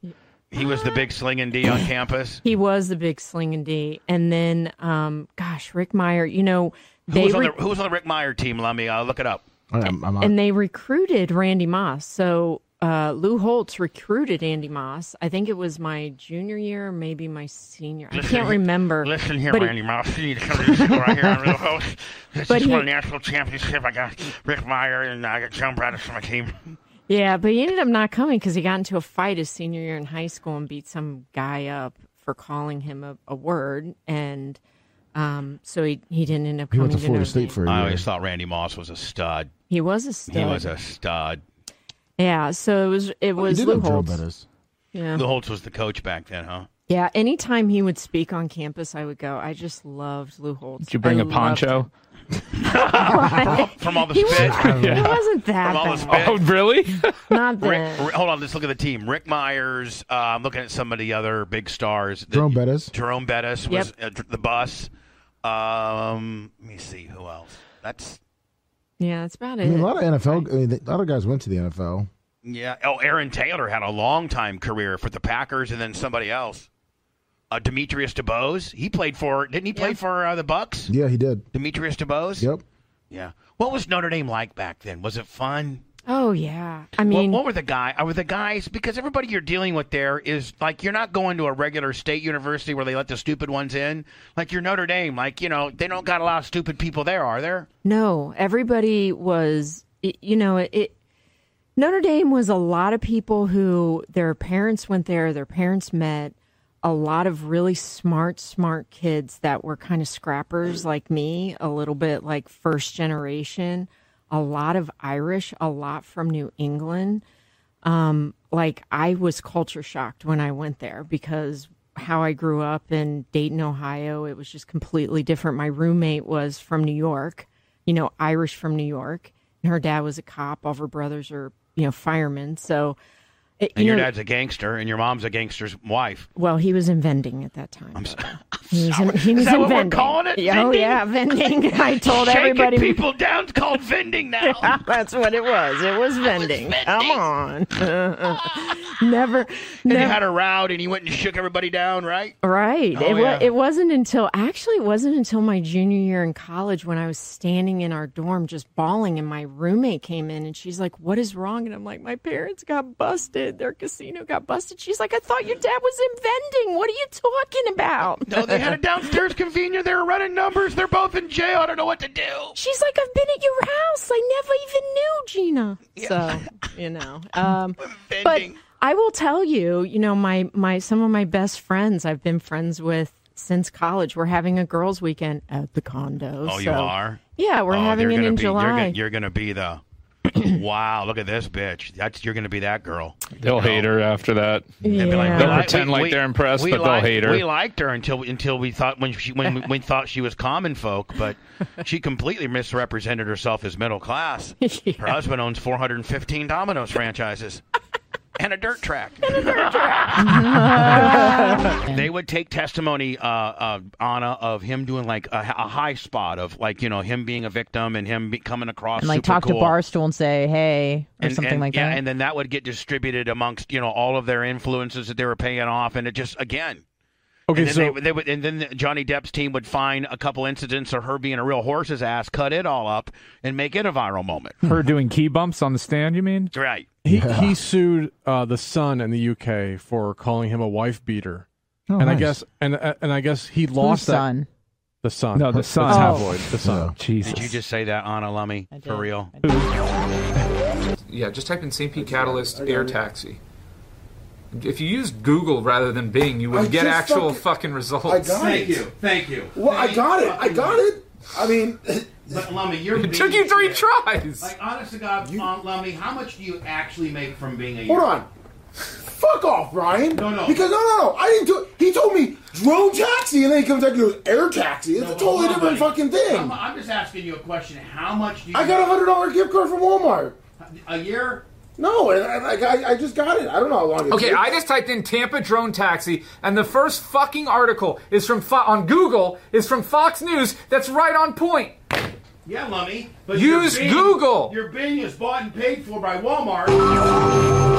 He was the big slinging D on campus. He was the big slinging D, and then, um, gosh, Rick Meyer. You know, Who they was, on re- the, who was on the Rick Meyer team? Let me uh, look it up. Oh, and they recruited Randy Moss. So uh, Lou Holtz recruited Andy Moss. I think it was my junior year, maybe my senior. I can't remember. Listen here, but he- Randy Moss. You need to come to this school right here. I'm the host. This But is for he- a national championship. I got Rick Meyer and I got John Braddock on my team. Yeah, but he ended up not coming because he got into a fight his senior year in high school and beat some guy up for calling him a, a word, and um, so he he didn't end up He coming. went to to Florida Notre State Dame. for a I year. always thought Randy Moss was a stud. He was a stud. He was a stud. yeah. So it was Oh, it was Lou Holtz. Yeah. Lou Holtz was the coach back then, huh? Yeah, anytime he would speak on campus, I would go. I just loved Lou Holtz. Did you bring a a poncho? From all the He was- spit. It wasn't that From all the bad. spit. Oh, really? Not Rick, that. Rick- hold on, let's look at the team. Rick Myers. Uh, I'm looking at some of the other big stars. Jerome Bettis. Jerome Bettis was uh, dr- the bus. Um, let me see who else. That's Yeah, that's about I it. mean, a lot of NFL. I mean, a lot of guys went to the NFL. yeah. Oh, Aaron Taylor had a long time career for the Packers, and then somebody else. Uh, Demetrius DeBose. He played for. Didn't he play for uh, the Bucks? Yeah, he did. Demetrius DeBose. Yep. Yeah. What was Notre Dame like back then? Was it fun? oh yeah, I What- mean, what, were the guy? Are the guys because everybody you're dealing with there is like you're not going to a regular state university where they let the stupid ones in. Like you're Notre Dame, like you know they don't got a lot of stupid people there, are there? no, everybody was. It, you know, it. Notre Dame was a lot of people who their parents went there, their parents met. A lot of really smart, smart kids that were kind of scrappers like me, a little bit like first generation. A lot of Irish, a lot from New England. um, like I was culture shocked when I went there because how I grew up in Dayton, Ohio, it was just completely different. My roommate was from New York, you know, Irish from New York, and her dad was a cop. All of her brothers are, you know, firemen. So, it, And you your know, dad's a gangster, and your mom's a gangster's wife. well, he was in vending at that time. I'm sorry. He was in, he Is was that in what vending. we're calling it? Yeah, Oh Vending? yeah, vending. I told Shaking everybody people down. It's called vending now. that's what it was. It was vending. Come on. never, Ah. And never. you had a route, and he went and shook everybody down, right? Right. Oh, it, wa- yeah. it wasn't until actually it wasn't until my junior year in college when I was standing in our dorm just bawling and my roommate came in and she's like, "What is wrong?" and I'm like, "My parents got busted." busted. Their casino got busted. She's like, I thought your dad was in vending. What are you talking about? No, they had a downstairs convener. They were running numbers. They're both in jail. I don't know what to do. She's like, I've been at your house. I never even knew, Gina. So, you know. Um, but I will tell you, you know, my, my some of my best friends I've been friends with since college. We're having a girls' weekend at the condo. Oh, you so- are? Yeah, we're Oh, having you're it gonna in be- July. You're gonna, you're gonna be the. wow, look at this bitch. That's you're gonna be that girl. They'll hate her after that. They'll be like, "We They'll li- pretend we- like we- they're impressed, we but like- they'll hate her. We liked her until until we thought when she when we, we thought she was common folk, but she completely misrepresented herself as middle class. Her husband owns 415 Domino's franchises and a dirt track. Oh. they would take testimony, uh, uh, Anna, of him doing like a, a high spot of like you know him being a victim and him be, coming across and like Oh, super talk cool. to Barstool and say, hey, or and, something and- like yeah, that. and then that would get distributed amongst you know all of their influences that they were paying off, and it just again. Okay, and then so- they, would- they would, and then Johnny Depp's team would find a couple incidents of her being a real horse's ass, cut it all up, and make it a viral moment. Her doing key bumps on the stand, you mean? Right. He, he sued uh, the Sun in the UK for calling him a wife beater, Oh, and I nice. guess and uh, and I guess he lost that- Sun? The Sun. No, The Her- Sun. The Oh. tabloid. The Sun. Did you just say that, Anna Lummy? For real? Yeah, just type in St. Pete Catalyst air taxi. If you used Google rather than Bing, you would I get just actual fucking- fucking results. I got Thank it. you, Thank you. Well, I got it. I got it. I mean, but Lummy, you're It took you three tries. Like, honest to God, Aunt Lummy, how much do you actually make from being a hold on. Fuck off, Brian. No, no. Because no, no, no. I didn't do. it. He told me drone taxi, and then he comes back and goes air taxi. It's a totally different fucking thing. I'm, I'm just asking you a question. How much do you I got a hundred dollar gift card from Walmart. a year? No, and I, I, I just got it. I don't know how long. It Okay, took. I just typed in Tampa drone taxi, and the first fucking article is from Fo- on Google is from Fox News. That's right on point. Yeah, Lummy. Use your Bing- Google. Your Bing is bought and paid for by Walmart.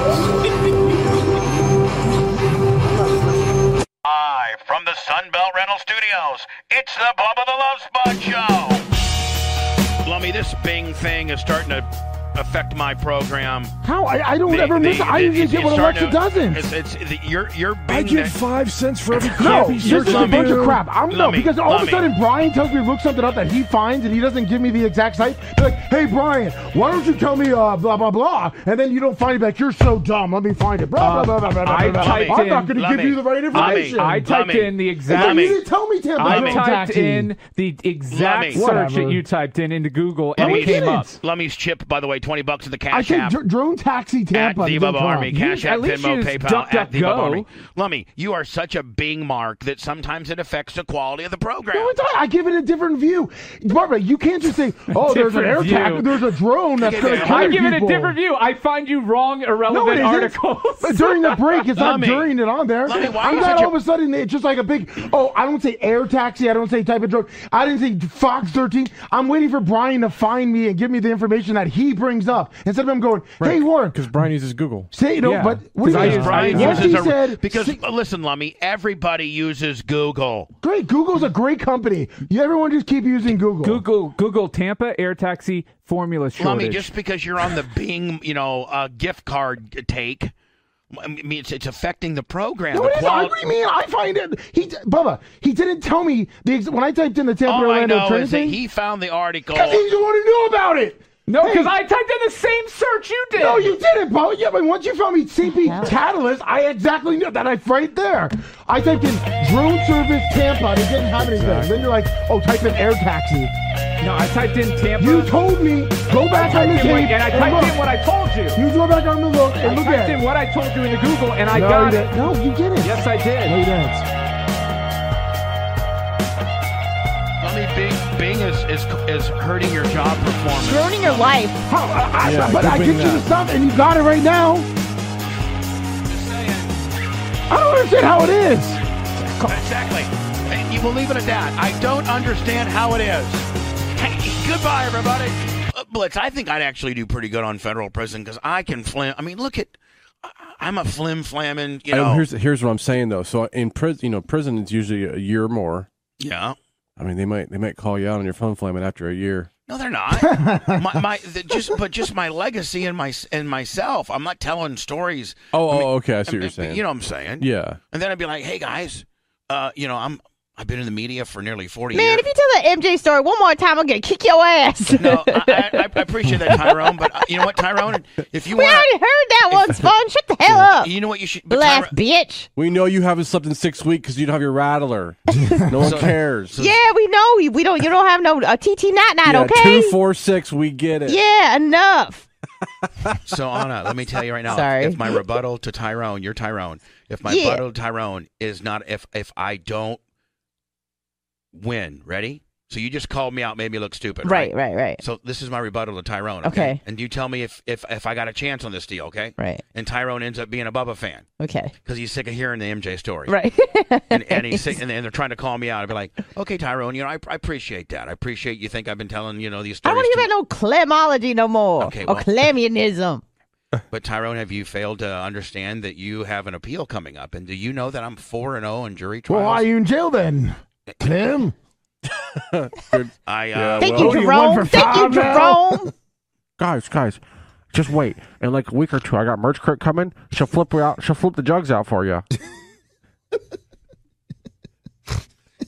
Live from the Sunbelt Rental Studios, it's the Bubba the Love Sponge Show. Lummy, this Bing thing is starting to affect my program. How? I, I don't The- ever the- miss. I the- usually it's get what starting Alexa doesn't. It's, it's the, your your Bing. I get that- five cents for every No, crappy this search is a Lummy. bunch of crap. I'm no Lummy, because all of Lummy. a sudden Brian tells me to look something up that he finds and he doesn't give me the exact site. They're like, hey Brian, why don't you tell me uh, blah blah blah, and then you don't find it back. You're so dumb. Let me find it. Blah blah blah blah blah. I blah, blah. typed I'm not in- going to Lummy, give you the right Lummy, information. I typed Lummy, in the exact- You didn't tell me Tampa. I Bay typed Taxi. in the exact Lummy. search Whatever. that you typed in into Google, and Lummy's, it came up. Lummy's chip, by the way, twenty bucks at the I cash said app. dr- drone taxi Tampa. at the dot Bubba com. Army, Cash You- App, Venmo, used PayPal, Duck, at Duck, the Bubba Go. Army. Lummy, you are such a Bing mark that sometimes it affects the quality of the program. No, it's not. I give it a different view. Barbara, you can't just say, oh, there's an Different air view. tack, there's a drone that's going to kill I give people. it a different view. I find you wrong, irrelevant no, it isn't. articles. But during the break, it's not during it on there. Lummi, why I'm was not it all of a sudden it's just like a big. Oh, I don't say air taxi. I don't say type of drone. I didn't say Fox 13. I'm waiting for Brian to find me and give me the information that he brings up instead of him going, "Hey Warren, Because Brian uses Google. say no." Yeah. But what do you mean? Brian Once uses he a- said, because uh, listen, Lummy, everybody uses Google. "Great, Google's a great company. You everyone just keep using Google." Google Google Tampa air taxi formula Lummy, shortage. just because you're on the Bing, you know, uh, gift card take, I mean, it's, it's affecting the program. No, the it isn't. I- quali- What do you mean? I find it. He, Bubba, he didn't tell me the ex- when I typed in the Tampa All I Orlando know train is that thing. he found the article. Because he's the one who knew about it. No, Hey. 'cause I typed in the same search you did. No, you didn't, Bubba. Yeah, but once you found me CP Catalyst, I exactly knew that. I right there. I typed in drone service Tampa. and It didn't have anything. Then you're like, oh, type in air taxi. No, I typed in Tampa. You told me go back I on the typed in what- tape and I typed look. in what I told you. You go back on the look and I look typed at. in what I told you into Google, and I no, got you it. didn't. No, you didn't. Yes, I did. No, you didn't. Lummy, Bing, Bing is, is, is hurting your job performance. You're ruining your life. I- Yeah, but good I get thing you that- the stuff, and you got it right now. I don't understand how it is. Exactly. And you will leave it at that. I don't understand how it is. Hey, goodbye, everybody. Uh, Blitz, I think I'd actually do pretty good on federal prison because I can flim. I mean, look at. I- I'm a flim flamming, Oh, you I- know. here's here's what I'm saying though. So in prison, you know, prison is usually a year or more. yeah. I mean, they might they might call you out on your phone flame after a year. No, they're not. my, my the, just but just my legacy and my and myself. I'm not telling stories. Oh, I mean, oh, okay, I see what I you're mean, saying. You know what I'm saying? Yeah. And then I'd be like, hey guys, uh, you know, I'm I've been in the media for nearly 40 Man, years. if you tell that MJ story one more time, I'm gonna kick your ass. No, I, I, I appreciate that, Tyrone. But uh, you know what, Tyrone? If you we want, already heard that one, Sponge. Shut the hell up. you know what you should. But Blast, bitch. We know you haven't slept in six weeks because you don't have your rattler. No one cares. yeah, we know we, we don't. You don't have no uh, TT night night. Yeah, okay. two four six. We get it. yeah, enough. So Anna, let me tell you right now, Sorry. if my rebuttal to Tyrone, you're Tyrone. If my Yeah. rebuttal to Tyrone is not if if I don't win, ready? So you just called me out, made me look stupid. Right, right, right. So this is my rebuttal to Tyrone. Okay. And you tell me if if if I got a chance on this deal, okay? Right. And Tyrone ends up being a Bubba fan Okay. because he's sick of hearing the MJ story. Right. And, and, he's sick, and they're trying to call me out. I'd be like, okay, Tyrone, you know, I, I appreciate that. I appreciate you think I've been telling, you know, these I don't stories. want to hear about no clemology no more Okay, or well- clamionism. But Tyrone, have you failed to understand that you have an appeal coming up? And do you know that I'm four and zero in jury Well, trials? why are you in jail then, Tim? I Yeah, uh, Thank well- you, Jerome. Thank you, Jerome. guys, guys, just wait. In like a week or two, I got merch crit coming. She'll flip her out. She'll flip the jugs out for you.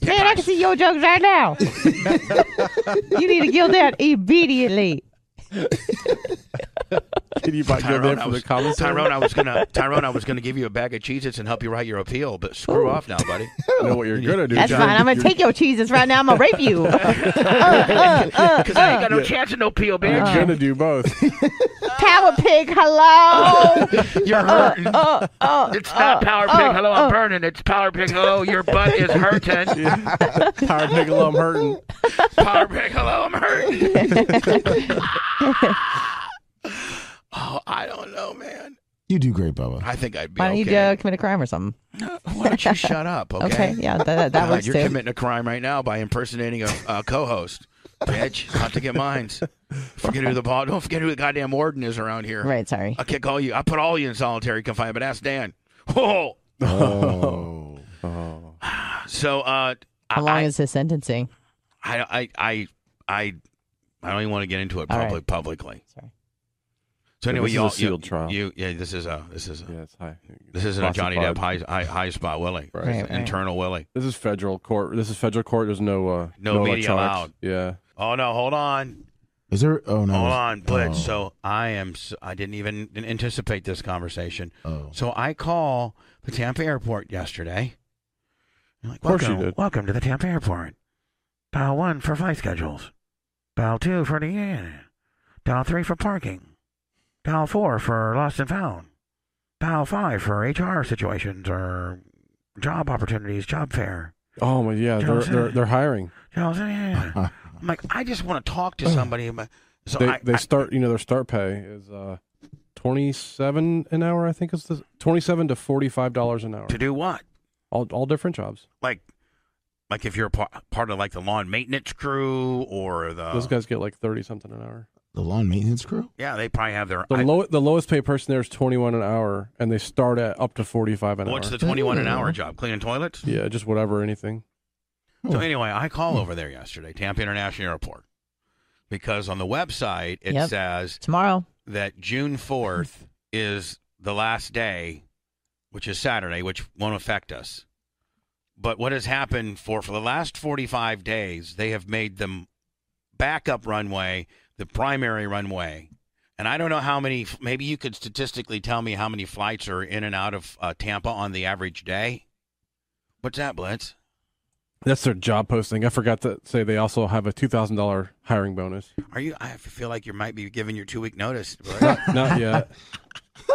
Man, I can see your jokes right now. you need to give that immediately. Can you buy Tyrone, Tyrone, I for was- the comments? Tyrone, I was gonna Tyrone, I was gonna give you a bag of Cheez-Its and help you write your appeal, but screw off now, buddy. I know what you're gonna do. That's John. fine. I'm gonna take your cheeses right now. I'm gonna rape you. Because I ain't got no uh. chance of no appeal, You're bitch. gonna do both. Power pig, hello. You're hurting. Uh, uh, it's not uh, Power Pig. uh, hello, I'm burning. It's Power Pig. Hello, your butt is hurting. Power pig, hello, I'm hurting. Power Pig. Hello, I'm hurting. oh, I don't know, man. You do great, Bubba. I think I'd be Why don't okay. you uh, commit a crime or something? Why don't you shut up? Okay. Okay, yeah, that- that- that God, works You're too. committing a crime right now by impersonating a, a co-host. Bitch, not to get mines. Forget who the ball. Don't forget who the goddamn warden is around here. Right, sorry. I kick all you. I put all you in solitary confinement. But ask Dan. Oh. Oh. So uh, How long is his sentencing? I, I, I, I, I don't even want to get into it All right. public publicly. Sorry. So Yeah, anyway, this is y'all, a sealed you, trial. you, yeah, this is a, this is a, Yeah, it's high. this isn't a Johnny Depp Classified. high, high, high spot Willie, Right. It's Right, an right. internal Willie. This is federal court. This is federal court. There's no uh, No media electronics. Yeah. Oh no, hold on, Is there? Oh no. hold on, Blitz. Oh. So I am, s- I didn't even didn't anticipate this conversation. Oh. So I call the Tampa airport yesterday. I'm like, Of course you welcome, did. welcome to the Tampa airport. Dial one for flight schedules. Dial two for Deanna. Dial three for parking. Dial four for lost and found. Dial five for HR situations or job opportunities, job fair. Oh my yeah. They're Johnson. they're, they're hiring. You know what I'm saying? I'm like, I just want to talk to somebody. About, so they I, they I- start. You know their start pay is uh, twenty seven an hour. I think it's the twenty seven to forty five dollars an hour. to do what? All all different jobs. Like, like if you're a par- part of like the lawn maintenance crew or the Those guys get like thirty something an hour. The lawn maintenance crew. yeah, they probably have their The I- low the lowest paid person there is twenty one an hour, and they start at up to forty five an What's hour. the 21 an hour job? Cleaning toilets? Yeah, just whatever, anything. So anyway, I call over there yesterday, Tampa International Airport, because on the website it Yep. says Tomorrow. that June 4th is the last day, which is Saturday, which won't affect us. But what has happened for for the last 45 days, they have made them backup runway the primary runway. And I don't know how many maybe you could statistically tell me how many flights are in and out of uh, Tampa on the average day. What's that, Blitz? That's their job posting. I forgot to say they also have a two thousand dollar hiring bonus. Are you? I feel like you might be giving your two week notice. Not yet.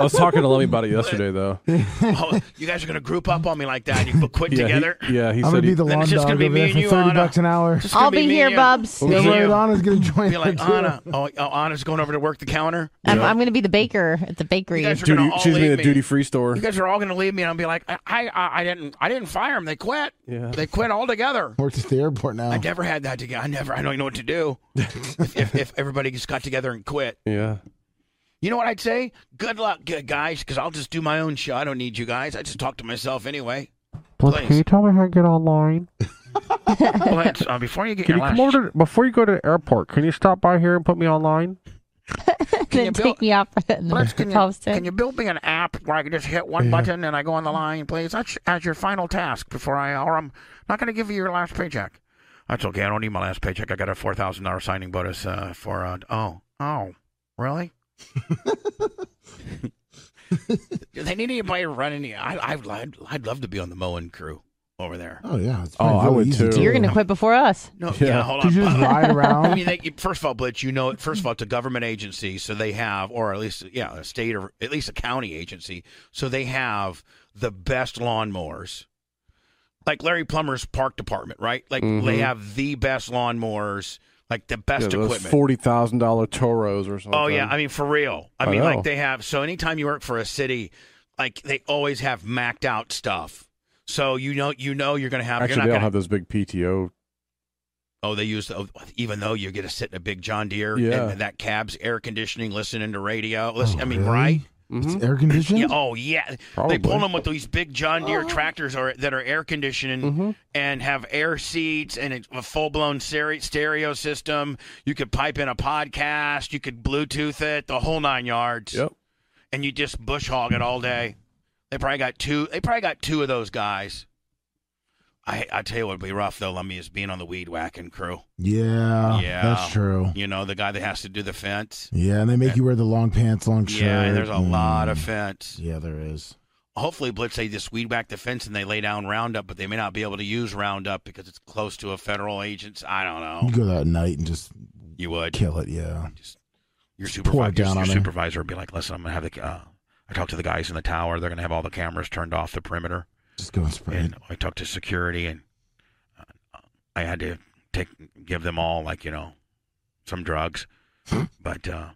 I was talking to Lemmy about it yesterday though. oh, you guys are gonna group up on me like that. and You quit Yeah, he- together. yeah, he said I'm gonna be he- the Then lawn it's just gonna dog be over me there and for you, thirty Anna. bucks an hour. It's gonna I'll be me here, and you. Bubs. Yeah, It's right, you. Anna's gonna join. Be like her, too. Anna. Oh, oh, Anna's going over to work the counter. I'm, I'm going to be the baker at the bakery. You guys are Duty, gonna all she's leave in a me. duty free store. You guys are all gonna leave me, and I'll be like, I, I, I I didn't, I didn't fire them. They quit. Yeah. They quit altogether. Works at the airport now. I never had that together. I never. I don't even know what to do. if, if, if everybody just got together and quit, Yeah. you know what I'd say? Good luck, gu- guys, because I'll just do my own show. I don't need you guys. I just talk to myself anyway. Please. tell me how to get online? Well, that's, uh, before you get Can your you last come over to, before you go to the airport? Can you stop by here and put me online? then take me off in the Let's, can, you, post can you build me an app where I can just hit one Yeah. button and I go on the line, please? That's as your final task before I, or I'm not going to give you your last paycheck. That's okay. I don't need my last paycheck. I got a four thousand dollar signing bonus uh, for. Uh, oh, oh, really? Do they need anybody running? the- I, I'd, I'd, I'd love to be on the mowing crew over there. Oh yeah. It's Oh, probably I really would easy too. You're gonna quit before us. No, yeah, hold on. Could you just Bob. ride around? I mean, they, first of all, Blitz, you know, first of all, it's a government agency, so they have, or at least, yeah, a state or at least a county agency, so they have the best lawnmowers. Like Larry Plummer's park department, right? Like they Mhm. have the best lawnmowers, like the Yeah, best those equipment. Forty thousand dollar Toros or something. Oh yeah, I mean for real. I, I mean know. like they have so anytime you work for a city, like they always have macked out stuff. So you know you know you're gonna have actually you're they not don't gonna, have those big PTO. Oh, they use the, even though you get to sit in a big John Deere Yeah. and that cab's air conditioning, listening to radio. Listen, I mean, Oh, really? right? It's air conditioned. Yeah, oh yeah, Probably. Oh. they pull them with these big John Deere tractors are, that are air conditioning Mm-hmm. and have air seats and it's a full blown stereo system. You could pipe in a podcast, you could Bluetooth it, the whole nine yards. Yep. And you just bush hog it all day. They probably got two. They probably got two of those guys. I I tell you what would be rough though, Lemmy, is being on the weed whacking crew. Yeah, yeah, that's true. You know the guy that has to do the fence. Yeah, and they make you wear the long pants, long shirt. Yeah, and there's a Mm. lot of fence. Yeah, there is. Hopefully, Blitz, they just weed back the fence and they lay down Roundup, but they may not be able to use Roundup because it's close to a federal agent's. I don't know. Mm. You go that night and just You would kill it. Yeah. Your, pour supervisor, it down your, on her. supervisor would be like, "Listen, I'm gonna have the. Uh, I talked to the guys in the tower. They're gonna have all the cameras turned off the perimeter. Just go and spray And I talked to security, and uh, I had to take give them all like you know some drugs, but uh,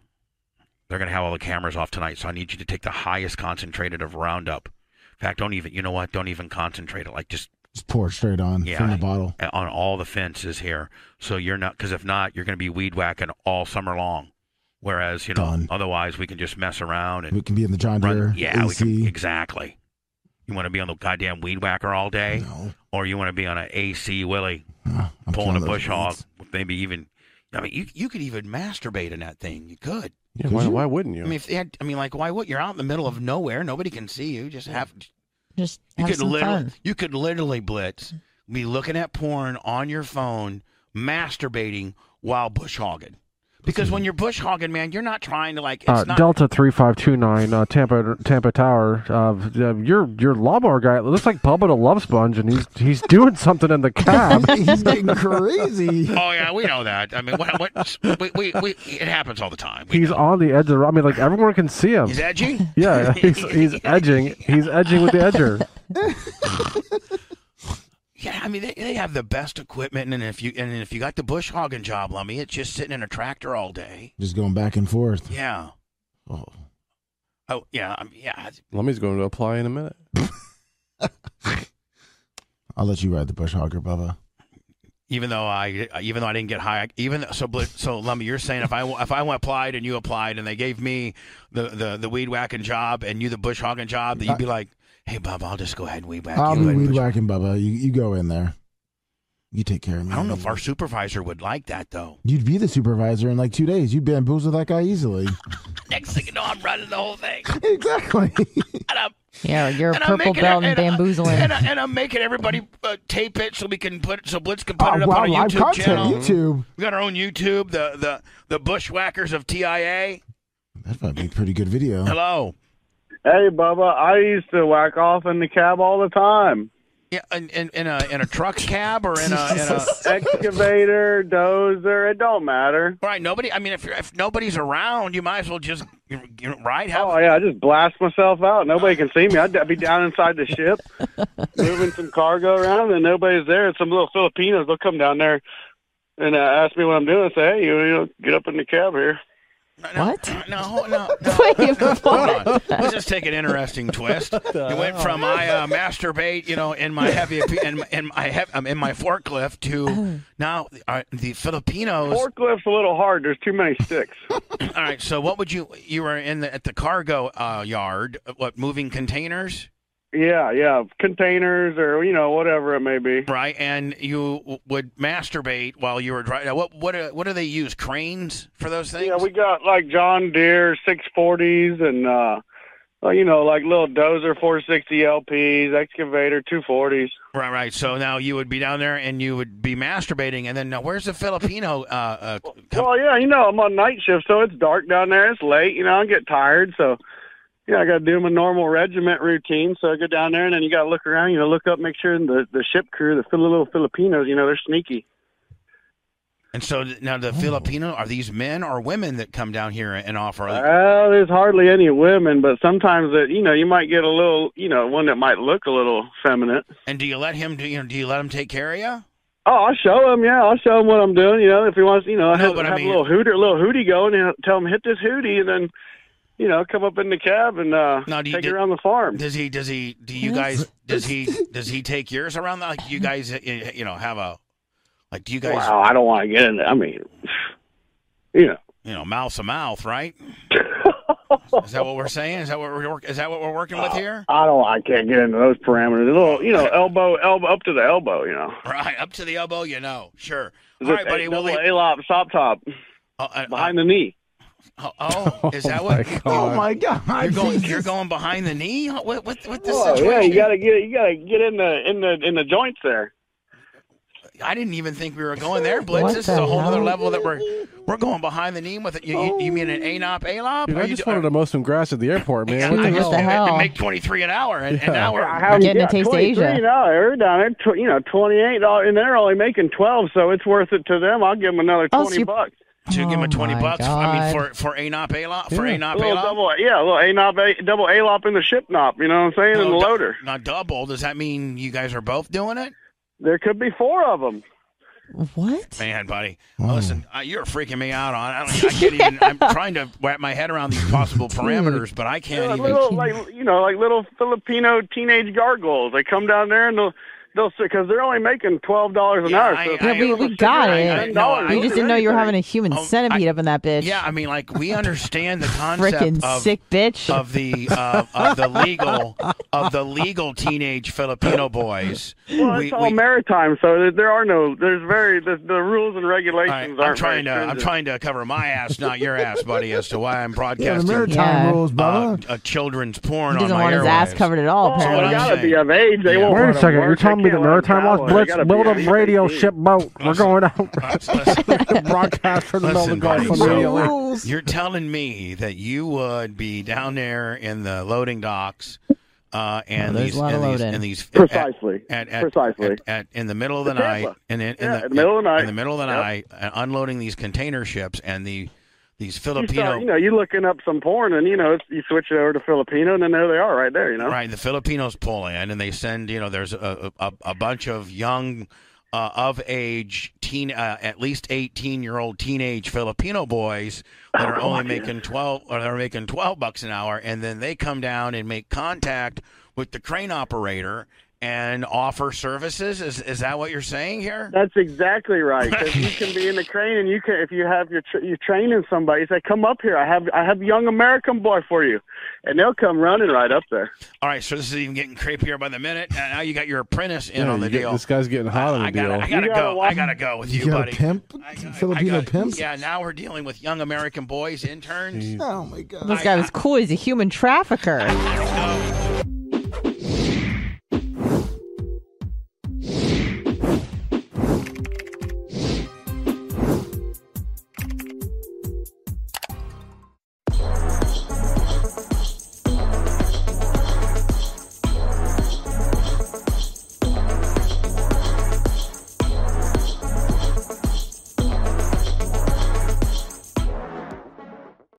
they're gonna have all the cameras off tonight. So I need you to take the highest concentrated of Roundup. In fact, don't even. You know what? Don't even concentrate it. Like just Just pour it straight on yeah, from the bottle. uh, on all the fences here. So you're not because if not, you're going to be weed whacking all summer long. Whereas you know, otherwise we can just mess around and We can be in the John run- Deere yeah, we AC. can, exactly. You want to be on the goddamn weed whacker all day, or you want to be on an AC Willie pulling a killing those bush hog? Maybe even. I mean, you you could even masturbate in that thing. You could. Yeah, why, why wouldn't I you? mean, if they had, I mean, like, why would you're out in the middle of nowhere? Nobody can see you. Just have Just you have could some literally, fun. you could literally blitz, be looking at porn on your phone, masturbating while bush hogging. Because when you're bush hogging, man, you're not trying to like. It's Uh, not. Delta three five two nine uh, Tampa Tampa Tower. Uh, uh, your your lawnmower guy looks like Bubba the Love Sponge, and he's he's doing something in the cab. He's getting crazy. Oh yeah, we know that. I mean, what, what, we, we, we, it happens all the time. He's on the edge of the. I mean, like everyone can see him. He's edging. Yeah, he's, he's edging. He's edging with the edger. Yeah, I mean they, they have the best equipment, and if you and if you got the bush hogging job, Lummy, it's just sitting in a tractor all day. Just going back and forth. Yeah. Oh. Oh yeah, I mean, yeah. Lemmy's going to apply in a minute. I'll let you ride the bush hogger, Bubba. even though I even though I didn't get high, even so Blit- so Lummy, you're saying if I if I applied and you applied and they gave me the the, the weed whacking job and you the bush hogging job, that you'd be like, hey Bob, I'll just go ahead and weed whack I'll you. be and weed bush-" whacking, Bubba. You you go in there. You take care of me. I don't know if our supervisor would like that though. You'd be the supervisor in like two days. You'd bamboozle that guy easily. Next thing you know, I'm running the whole thing. exactly. Yeah, you're a And I'm purple making belt it- and bamboozling. And, I, and I'm making everybody uh, tape it so we can put so Blitz can put Oh, it up wow, on our live YouTube content, channel. YouTube. We got our own YouTube, the the the bushwhackers of TIA. That might be a pretty good video. Hello. Hey, Bubba, I used to whack off in the cab all the time. Yeah, in, in, in a in a truck cab or in a in a Excavator, dozer, it don't matter. All right, nobody. I mean, if you're, if nobody's around, you might as well just you know, ride. Have Oh, yeah, I just blast myself out. Nobody can see me. I'd I'd be down inside the ship, moving some cargo around, and nobody's there. And some little Filipinos, they'll come down there and uh, ask me what I'm doing. I say, hey, you, you know, get up in the cab here. What? No, no. Hold on. Let's just take an interesting twist. You went from I uh, masturbate, you know, in my heavy in, in my hev- um, in my forklift to now uh, the Filipinos. Forklift's a little hard. There's too many sticks. All right, so what would you you were in the, at the cargo uh, yard? What moving uh, containers? Yeah, yeah, containers or you know whatever it may be. Right, and you w- would masturbate while you were driving. What what uh, what do they use? Cranes for those things? Yeah, we got like John Deere 640s and uh well, you know like little dozer 460 LPs, excavator 240s. Right, right. So now you would be down there and you would be masturbating, and then now where's the Filipino? Uh, uh, Well, yeah, you know I'm on night shift, so it's dark down there. It's late, you know I get tired, so yeah, I got to do my normal regiment routine. So I go down there, and then you got to look around, you know, look up, make sure the the ship crew, the Fili- little Filipinos, you know, they're sneaky. and so th- now Oh. the Filipino are these men or women that come down here and offer? Well, there's hardly any women, but sometimes that Uh, you know you might get a little, you know, one that might look a little feminine. and do you let him? Do you know? Do you let him take care of you? Oh, I'll show him. Yeah, I'll show him what I'm doing. You know, if he wants, you know, I No, have, but I have mean- a little hooter, little hootie going, and tell him hit this hootie, and then, you know, come up in the cab and uh, do you- take it do- around the farm. Does he? Does he? Do you guys? Does he? Does he take yours around? Like you guys? uh, You know, have a like? Do you guys? Wow, I don't want to get in. I mean, you know, You know, mouth to mouth, right? is that what we're saying? Is that what we're? work- Is that what we're working with here? I don't. I can't get into those parameters. A little, you know, elbow, elbow up to the elbow. You know, Right, up to the elbow, you know. Sure. Is All it right, buddy. a We'll double leave. A-lop, stop top, behind the knee. Oh, oh, is that what? Oh my god! You're going. You're going behind the knee. What? What? What this Oh, situation? yeah, you gotta get you gotta get in the in the in the joints there. I didn't even think we were going there, Blitz. What this is a the whole other hell? level that we're we're going behind the knee with it. You, you, you mean an anop, alop? Dude, Are I you just do- wanted to mow some grass at the airport, man. What the I hell? just- I make twenty three an hour, and, and Yeah. now we're yeah, 23 now, They're down there, tw- you know, twenty eight dollars, and they're only making twelve, so it's worth it to them. I'll give them another Oh, twenty so you- bucks. to give him twenty my bucks. I mean, God. for for anop, alop, for Yeah. anop, a little alop. double, yeah, a little a knob, a, double a lop in the ship knob. You know what I'm saying? and the No, du- loader. Oh, Not double. Does that mean you guys are both doing it? There could be four of them. What? Man, buddy, Hmm. listen, uh, you're freaking me out on. I, don't, I can't even. I'm trying to wrap my head around these possible parameters, but I can't Yeah, even. little, like you know, like little Filipino teenage gargoyles. They come down there and they'll they'll because they're only making twelve dollars an hour. so if Yeah, you we, give them we a got cigarette, it. $10, they'll we just do didn't know you were anything. having a human Oh, centipede up in that bitch. Oh, Yeah, I mean, like we understand the concept Freaking of sick bitch. of the uh, of the legal of the legal teenage Filipino boys. Well, We- it's all maritime, so there, there are no. There's very the, the rules and regulations I'm aren't. trying to very I'm stringent. trying to cover my ass, not your ass, buddy, as to why I'm broadcasting maritime Yeah. rules, uh, a children's porn He doesn't on my want his ass airwaves. covered at all, That's what apparently. I'm Gotta saying. be of age. They won't Wait let a 'em second, work. you're They telling me the can't let 'em maritime travel. laws? They Let's gotta be build at a least radio 18. ship boat. We're going out. Broadcast from the middle of Listen, the Gulf buddy, so immediately. you're telling me that you would be down there in the loading docks uh, and Oh, there's these a lot of and these, loading. and these Precisely. at, at, Precisely. at, at- in the middle of the The night Tampa. and in, in Yeah, the, in the middle of the night. in the middle of the Yep. night uh, unloading these container ships and the these You, Filipino start, you know, you're looking up some porn, and you know, it's, you switch it over to Filipino, and then there they are, right there. You know, Right, the Filipinos pull in, and they send you know there's a a, a bunch of young, uh, of age teen, uh, at least eighteen year old teenage Filipino boys that are only making twelve or they're making twelve bucks an hour, and then they come down and make contact with the crane operator and offer services. Is is that what you're saying here? That's exactly right. 'cause you can be in the crane, and you can if you have your tr- you're training somebody. You say, "Come up here. I have I have young American boy for you," and they'll come running right up there. All right, so this is even getting creepier by the minute. And now you got your apprentice in Yeah, on the you get- deal. This guy's getting hot on the I gotta, deal. I gotta go. I gotta go with you, you got buddy. a pimp, Filipino pimp. Yeah, now we're dealing with young American boys, interns. Oh my god. This guy was cool. He's a human trafficker.